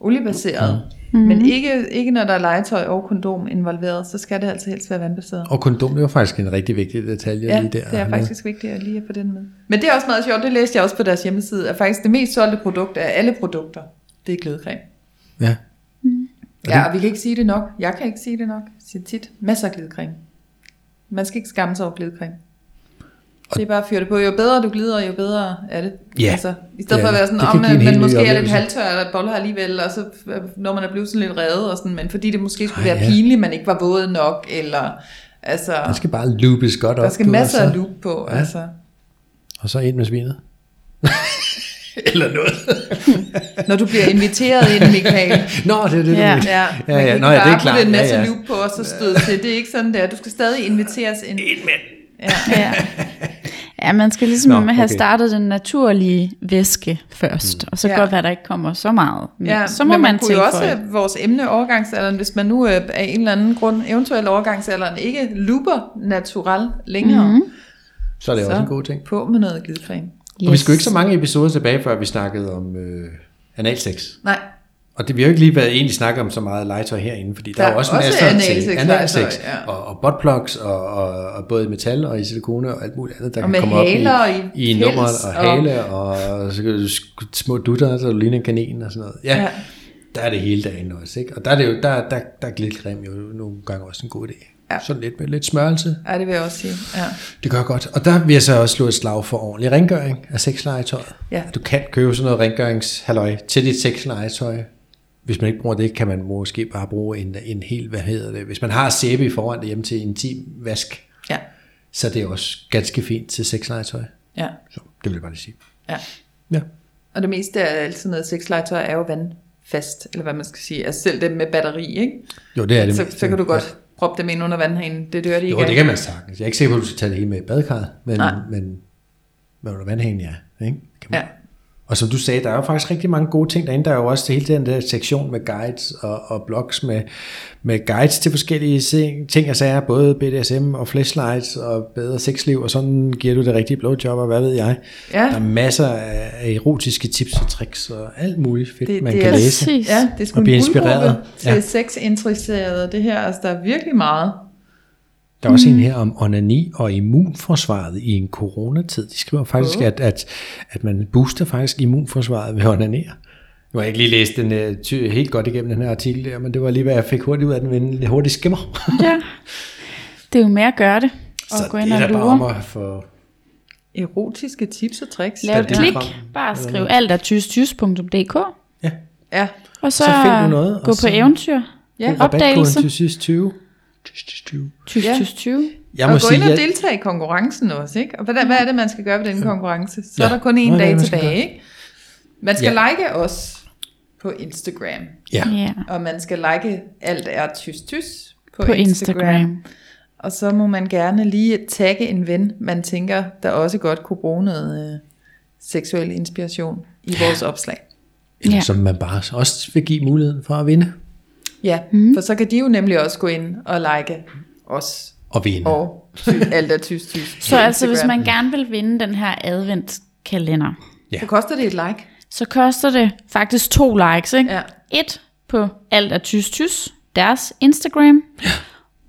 Speaker 1: oliebaserede.
Speaker 3: Mm.
Speaker 1: Mm-hmm. Men ikke, ikke når der er legetøj og kondom involveret, så skal det altså helst være vandbaseret.
Speaker 3: Og kondom, det var faktisk en rigtig vigtig detalje
Speaker 1: Ja,
Speaker 3: lige der.
Speaker 1: det er faktisk vigtigt at lige at få den med. Men det er også meget sjovt, det læste jeg også på deres hjemmeside, at faktisk det mest solgte produkt af alle produkter, det er glødecreme.
Speaker 3: Ja.
Speaker 1: Ja, og vi kan ikke sige det nok. Jeg kan ikke sige det nok. Jeg siger tit, masser af glidecreme. Man skal ikke skamme sig over glidecreme. Det er bare at fyre det på. Jo bedre du glider, jo bedre er det.
Speaker 3: Ja,
Speaker 1: altså, I
Speaker 3: det
Speaker 1: stedet
Speaker 3: er
Speaker 1: for at være
Speaker 3: det.
Speaker 1: sådan,
Speaker 3: Det
Speaker 1: om
Speaker 3: kan give en
Speaker 1: man,
Speaker 3: helt
Speaker 1: man
Speaker 3: ny
Speaker 1: måske er lidt
Speaker 3: oplevelse."
Speaker 1: halvtør eller boller alligevel, og så øh, når man er blevet sådan lidt reddet, og sådan, men fordi det måske skulle
Speaker 3: Ej,
Speaker 1: være
Speaker 3: ja.
Speaker 1: pinligt, man ikke var våd nok, eller altså,
Speaker 3: Man skal bare lupes godt op.
Speaker 1: der skal
Speaker 3: du,
Speaker 1: masser
Speaker 3: og
Speaker 1: af
Speaker 3: så-
Speaker 1: loop på. Ja. Altså.
Speaker 3: Og så ind med svinet. eller noget.
Speaker 1: Når du bliver inviteret ind, Michael.
Speaker 3: Nå, det er det,
Speaker 2: Ja.
Speaker 3: du
Speaker 1: Ja,
Speaker 3: ja,
Speaker 1: man kan
Speaker 3: ja.
Speaker 1: ikke
Speaker 3: Nå, ja, det
Speaker 1: bare
Speaker 3: er klart.
Speaker 1: putte en masse
Speaker 3: ja, ja.
Speaker 1: loop på, og så støde til. Det er ikke sådan der. Du skal stadig inviteres ind.
Speaker 2: Ja. ja, man skal ligesom
Speaker 3: Nå,
Speaker 2: Nå, have
Speaker 3: okay.
Speaker 2: startet den naturlige væske først, og så
Speaker 1: Mm. Ja.
Speaker 2: ja. godt være, der ikke kommer så meget. Men
Speaker 1: Ja,
Speaker 2: ja, så må
Speaker 1: men
Speaker 2: man,
Speaker 1: man
Speaker 2: man
Speaker 1: kunne jo
Speaker 2: tilføje.
Speaker 1: også have vores emne overgangsalderen, hvis man nu øh, af en eller anden grund, eventuelt overgangsalderen, ikke looper natural længere
Speaker 2: Mhm.
Speaker 1: mm-hmm.
Speaker 3: Så er det også en god ting.
Speaker 1: på med noget glidecreme.
Speaker 3: Yes. Og vi skal jo ikke så mange episoder tilbage, før vi snakkede om øh, analsex.
Speaker 1: Nej,
Speaker 3: Og det vi har jo ikke lige været egentlig snakket om så meget legetøj herinde, fordi der,
Speaker 1: Der
Speaker 3: er jo
Speaker 1: er
Speaker 3: også,
Speaker 1: også
Speaker 3: masser til
Speaker 1: analsex
Speaker 3: analsex
Speaker 1: legetøj, ja.
Speaker 3: og, og buttplugs og, og, og både i metal og i silikone og alt muligt andet, der
Speaker 1: Og
Speaker 3: kan
Speaker 1: med
Speaker 3: komme
Speaker 1: haler og
Speaker 3: op
Speaker 1: i
Speaker 3: i, i
Speaker 1: pels
Speaker 3: nummeret og
Speaker 1: og-
Speaker 3: hale og, og så kan du sk- små dutter, så du ligner en kanin og sådan noget. Ja,
Speaker 1: ja.
Speaker 3: ja. der er det hele dagen også, ikke? Og der er, det jo, der, der, der er glidecreme jo nogle gange også en god idé.
Speaker 1: Ja.
Speaker 3: Sådan lidt med lidt smørelse.
Speaker 1: Ja, det vil jeg også sige. Ja.
Speaker 3: Det gør godt. Og der vil jeg så også slå et slag for ordentlig rengøring af sexlegetøjet.
Speaker 1: Ja.
Speaker 3: Du kan købe sådan noget rengøringshalløj til dit sexlegetøj. Hvis man ikke bruger det, kan man måske bare bruge en, en hel, hvad hedder det, hvis man har sæbe i forhånd derhjemme til intim vask,
Speaker 1: Ja.
Speaker 3: så er det også ganske fint til sexlegetøj.
Speaker 1: Ja.
Speaker 3: Så det vil jeg bare lige sige.
Speaker 1: ja.
Speaker 3: Ja.
Speaker 1: Og det meste af alt sådan noget sexlegetøj er jo vandfast, eller hvad man skal sige. Altså selv dem med batteri, ikke?
Speaker 3: Jo, det er det.
Speaker 1: Så,
Speaker 3: meste.
Speaker 1: så kan du
Speaker 3: Ja.
Speaker 1: godt proppe dem ind under vandhanen. Det dør de
Speaker 3: Jo,
Speaker 1: ikke
Speaker 3: det
Speaker 1: af.
Speaker 3: kan man sagtens. Jeg er ikke sikker på, at du skal tage det hele med i badekarret, men,
Speaker 1: Nej.
Speaker 3: men, men under vandhængen, ja. Ikke? Det Kan man.
Speaker 1: Ja.
Speaker 3: Og som du sagde, der er jo faktisk rigtig mange gode ting derinde. Der er jo også hele den der sektion med guides og, og blogs med, med guides til forskellige se- ting og sager, både BDSM og flashlights og bedre sexliv, og sådan giver du det rigtige blowjob, og hvad ved jeg.
Speaker 1: Ja.
Speaker 3: Der er masser af af erotiske tips og tricks og alt muligt fedt, det, man det kan
Speaker 1: er,
Speaker 3: læse.
Speaker 2: Præcis.
Speaker 1: Ja, det er sgu
Speaker 3: Og
Speaker 1: en
Speaker 3: blive
Speaker 1: målgruppe
Speaker 3: inspireret.
Speaker 1: til
Speaker 3: Ja.
Speaker 1: sexinteresserede. Det her, altså der er virkelig meget.
Speaker 3: Der er også en her om onani og immunforsvaret i en coronatid. De skriver faktisk, at, at, at man booster faktisk immunforsvaret ved at onanere. Nu har jeg ikke lige læst den øh, ty- helt godt igennem den her artikel der, men det var lige, hvad jeg fik hurtigt ud af den, men det hurtigt skimmer.
Speaker 2: Ja. Det er jo med at gøre det. Og
Speaker 3: Så
Speaker 2: gå
Speaker 3: det
Speaker 2: ind
Speaker 3: er
Speaker 2: og
Speaker 3: da bare om
Speaker 2: lure.
Speaker 3: at få...
Speaker 1: Erotiske tips og tricks.
Speaker 2: Lav et
Speaker 3: det
Speaker 2: klik.
Speaker 3: frem.
Speaker 2: Bare skriv alt af tystys.dk.
Speaker 3: Ja,
Speaker 1: Ja,
Speaker 2: Og så,
Speaker 3: Så find du noget, og
Speaker 2: gå på
Speaker 3: så-
Speaker 2: eventyr.
Speaker 1: ja.
Speaker 2: Op. Opdagelse.
Speaker 3: til sidst 20. Tys, tys, 20.
Speaker 2: Tys,
Speaker 1: Ja.
Speaker 2: tys, 20.
Speaker 3: Jeg
Speaker 1: og
Speaker 3: må
Speaker 1: gå
Speaker 3: sige,
Speaker 1: ind og
Speaker 3: jeg,
Speaker 1: deltage i konkurrencen også, ikke? Og hvordan, hvad er det, man skal gøre ved den konkurrence? Så ja. er
Speaker 3: Ja.
Speaker 1: der kun
Speaker 3: Nå,
Speaker 1: én
Speaker 3: ja,
Speaker 1: dag
Speaker 3: man skal
Speaker 1: tilbage, ikke? Man skal
Speaker 3: Ja.
Speaker 1: like os på Instagram.
Speaker 3: ja,
Speaker 2: Ja.
Speaker 1: Og man skal like alt er tys tys på,
Speaker 2: På
Speaker 1: på Instagram. Instagram.
Speaker 2: Instagram.
Speaker 1: Og så må man gerne lige tagge en ven, man tænker, der også godt kunne bruge noget øh, seksuel inspiration i vores opslag.
Speaker 3: eller
Speaker 2: Ja.
Speaker 3: som man bare også vil give muligheden for at vinde.
Speaker 1: Ja,
Speaker 2: Mhm.
Speaker 1: mm. for så kan de jo nemlig også gå ind og like os
Speaker 3: Og vinde.
Speaker 1: og sy- alt er tys tys.
Speaker 2: Så altså, hvis man gerne vil vinde den her adventskalender,
Speaker 3: Ja.
Speaker 1: Så koster det et like.
Speaker 2: så koster det faktisk to likes, ikke?
Speaker 1: Ja.
Speaker 2: Et på alt er tys tys, deres Instagram,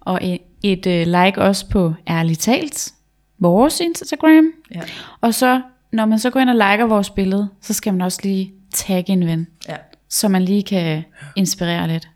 Speaker 2: og et, et øh, like også på ærligt talt, vores Instagram.
Speaker 1: Ja.
Speaker 2: Og så, når man så går ind og liker vores billede, så skal man også lige tagge en ven,
Speaker 1: Ja.
Speaker 2: så man lige kan inspirere lidt.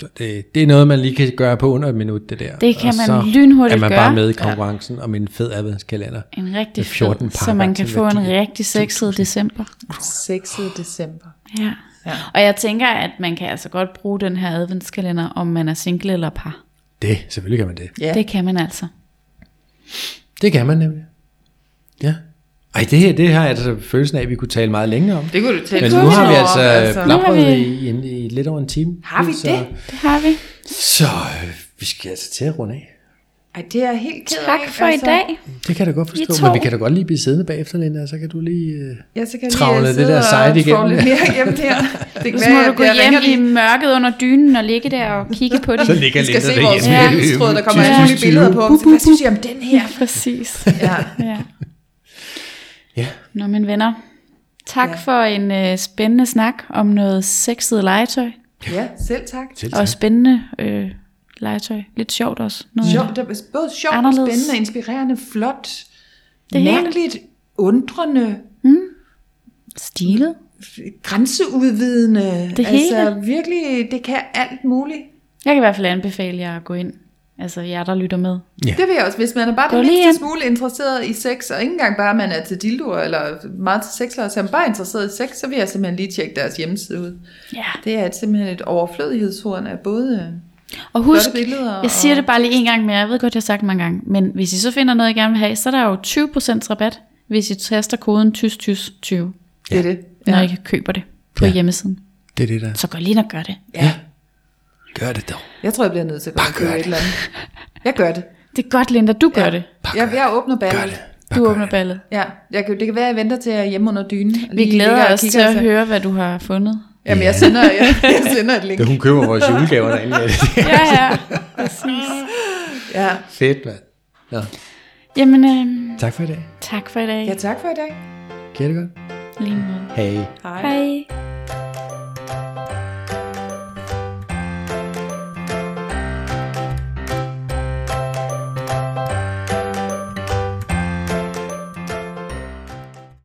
Speaker 3: Så det, det er noget, man lige kan gøre på under et minut, det der.
Speaker 2: Det kan
Speaker 3: og
Speaker 2: man
Speaker 3: så
Speaker 2: lynhurtigt
Speaker 3: er man bare
Speaker 2: gøre.
Speaker 3: med i konkurrencen ja. om en fed adventskalender.
Speaker 2: En rigtig
Speaker 3: Med
Speaker 2: fed,
Speaker 3: 14
Speaker 2: så
Speaker 3: pakker
Speaker 2: man kan
Speaker 3: til
Speaker 2: få en
Speaker 3: værdi af
Speaker 2: rigtig sexet december.
Speaker 1: 6. december.
Speaker 2: Ja.
Speaker 1: Ja.
Speaker 2: Og jeg tænker, at man kan altså godt bruge den her adventskalender, om man er single eller par.
Speaker 3: Det, selvfølgelig kan man det.
Speaker 1: Ja.
Speaker 2: Det kan man altså.
Speaker 3: Det kan man nemlig. Ja. Ej, det her, det har jeg altså følelsen af, at vi kunne tale meget længere om.
Speaker 1: Det kunne du tælle
Speaker 3: Men
Speaker 1: på
Speaker 3: nu
Speaker 1: lidt
Speaker 3: har vi
Speaker 1: over,
Speaker 3: altså, altså.
Speaker 2: Nu har
Speaker 3: blabret
Speaker 2: vi-
Speaker 3: i, en, i lidt over en time.
Speaker 1: Har vi
Speaker 3: så,
Speaker 1: det?
Speaker 2: Det har vi.
Speaker 3: Så øh, vi skal altså til at runde af.
Speaker 1: Ej, det er jeg helt ked
Speaker 2: Tak
Speaker 1: af, altså.
Speaker 2: for i dag.
Speaker 3: Det kan jeg da godt
Speaker 2: I
Speaker 3: forstå,
Speaker 2: to.
Speaker 3: men vi kan da godt lige blive siddende bagefter, Linda, og så kan du lige... Øh...
Speaker 1: Ja, så kan
Speaker 3: Travle
Speaker 1: jeg lige
Speaker 3: det
Speaker 1: øh, sidde
Speaker 3: der site
Speaker 1: og
Speaker 3: igennem.
Speaker 1: travle lidt mere igennem her. Det kan
Speaker 2: Så må
Speaker 1: være,
Speaker 2: du gå
Speaker 1: jeg
Speaker 2: hjem
Speaker 1: ringer
Speaker 2: i mørket under dynen og ligge der og kigge på det.
Speaker 3: ligger
Speaker 1: Vi skal se vores
Speaker 2: derhjemme. Ja.
Speaker 1: nyhedstråd, der kommer
Speaker 2: Ja.
Speaker 1: alle mulige billeder på. Så Hvad synes I om den her?
Speaker 2: Ja, præcis.
Speaker 1: Ja.
Speaker 2: Ja.
Speaker 3: Ja.
Speaker 2: Nå, mine venner. Tak
Speaker 1: Ja.
Speaker 2: ja. for en øh, spændende snak om noget sexet legetøj.
Speaker 1: ja, selv tak.
Speaker 3: Selv tak.
Speaker 2: Og spændende øh, legetøj. Lidt sjovt også. Noget
Speaker 1: Sjovt, det er både sjovt Anderledes. og
Speaker 2: Anderledes.
Speaker 1: spændende, inspirerende, flot, det
Speaker 2: Det hele.
Speaker 1: mærkeligt, undrende,
Speaker 2: Stilet.
Speaker 1: grænseudvidende.
Speaker 2: Det
Speaker 1: Altså
Speaker 2: hele.
Speaker 1: virkelig, det kan alt muligt.
Speaker 2: Jeg kan i hvert fald anbefale jer at gå ind. Altså jer, der lytter med.
Speaker 1: Det vil jeg også. Hvis man er bare
Speaker 2: Gå
Speaker 1: den
Speaker 2: lige
Speaker 1: mindste
Speaker 2: ind.
Speaker 1: smule interesseret i sex, og ikke engang bare, man er til dildoer eller meget til sexløjer, så er man bare interesseret i sex, så vil jeg simpelthen lige tjekke deres hjemmeside ud.
Speaker 2: Ja.
Speaker 1: Det er et- simpelthen et overflødighedshorn af både... øh,
Speaker 2: Og husk,
Speaker 1: billeder
Speaker 2: jeg siger
Speaker 1: og-
Speaker 2: det bare lige en gang mere. Jeg ved godt, jeg har sagt det mange gange. Men hvis I så finder noget, I gerne vil have, så er der jo 20% rabat, hvis I taster koden tystys20,
Speaker 1: Det er det.
Speaker 2: når I køber det på
Speaker 3: Ja.
Speaker 2: ja. hjemmesiden.
Speaker 3: Det er det der.
Speaker 2: Så gå lige ind og gør det.
Speaker 3: Ja. Gør det dog.
Speaker 1: Jeg tror, jeg bliver nødt til at gå
Speaker 3: Bare
Speaker 1: og købe
Speaker 3: gør
Speaker 1: et
Speaker 3: det.
Speaker 1: eller andet. Jeg gør det.
Speaker 2: Det er godt, Linda, du gør ja. det.
Speaker 3: Bare
Speaker 1: Jeg,
Speaker 3: gør
Speaker 1: jeg åbner
Speaker 3: Gør
Speaker 1: ballet.
Speaker 3: det.
Speaker 2: Du
Speaker 3: gør
Speaker 2: åbner
Speaker 3: det.
Speaker 2: ballet.
Speaker 1: Ja, jeg, kan- det kan være, at jeg venter til jeg er hjemme under dynen. og
Speaker 2: Vi
Speaker 1: lige ligger
Speaker 2: glæder
Speaker 1: og
Speaker 2: os til
Speaker 1: kigger,
Speaker 2: at
Speaker 1: så-
Speaker 2: høre, hvad du har fundet.
Speaker 1: Jamen, jeg sender, jeg, jeg sender et link.
Speaker 3: Ja, hun køber vores julegaver derinde.
Speaker 2: Ja, ja, præcis.
Speaker 1: Ja.
Speaker 3: Fedt, mand. Nå,
Speaker 2: Jamen, øh,
Speaker 3: tak for i dag.
Speaker 2: tak for i dag.
Speaker 1: ja, tak for i dag.
Speaker 3: Kan I det godt?
Speaker 2: Lige måde.
Speaker 3: Hej.
Speaker 2: Hej.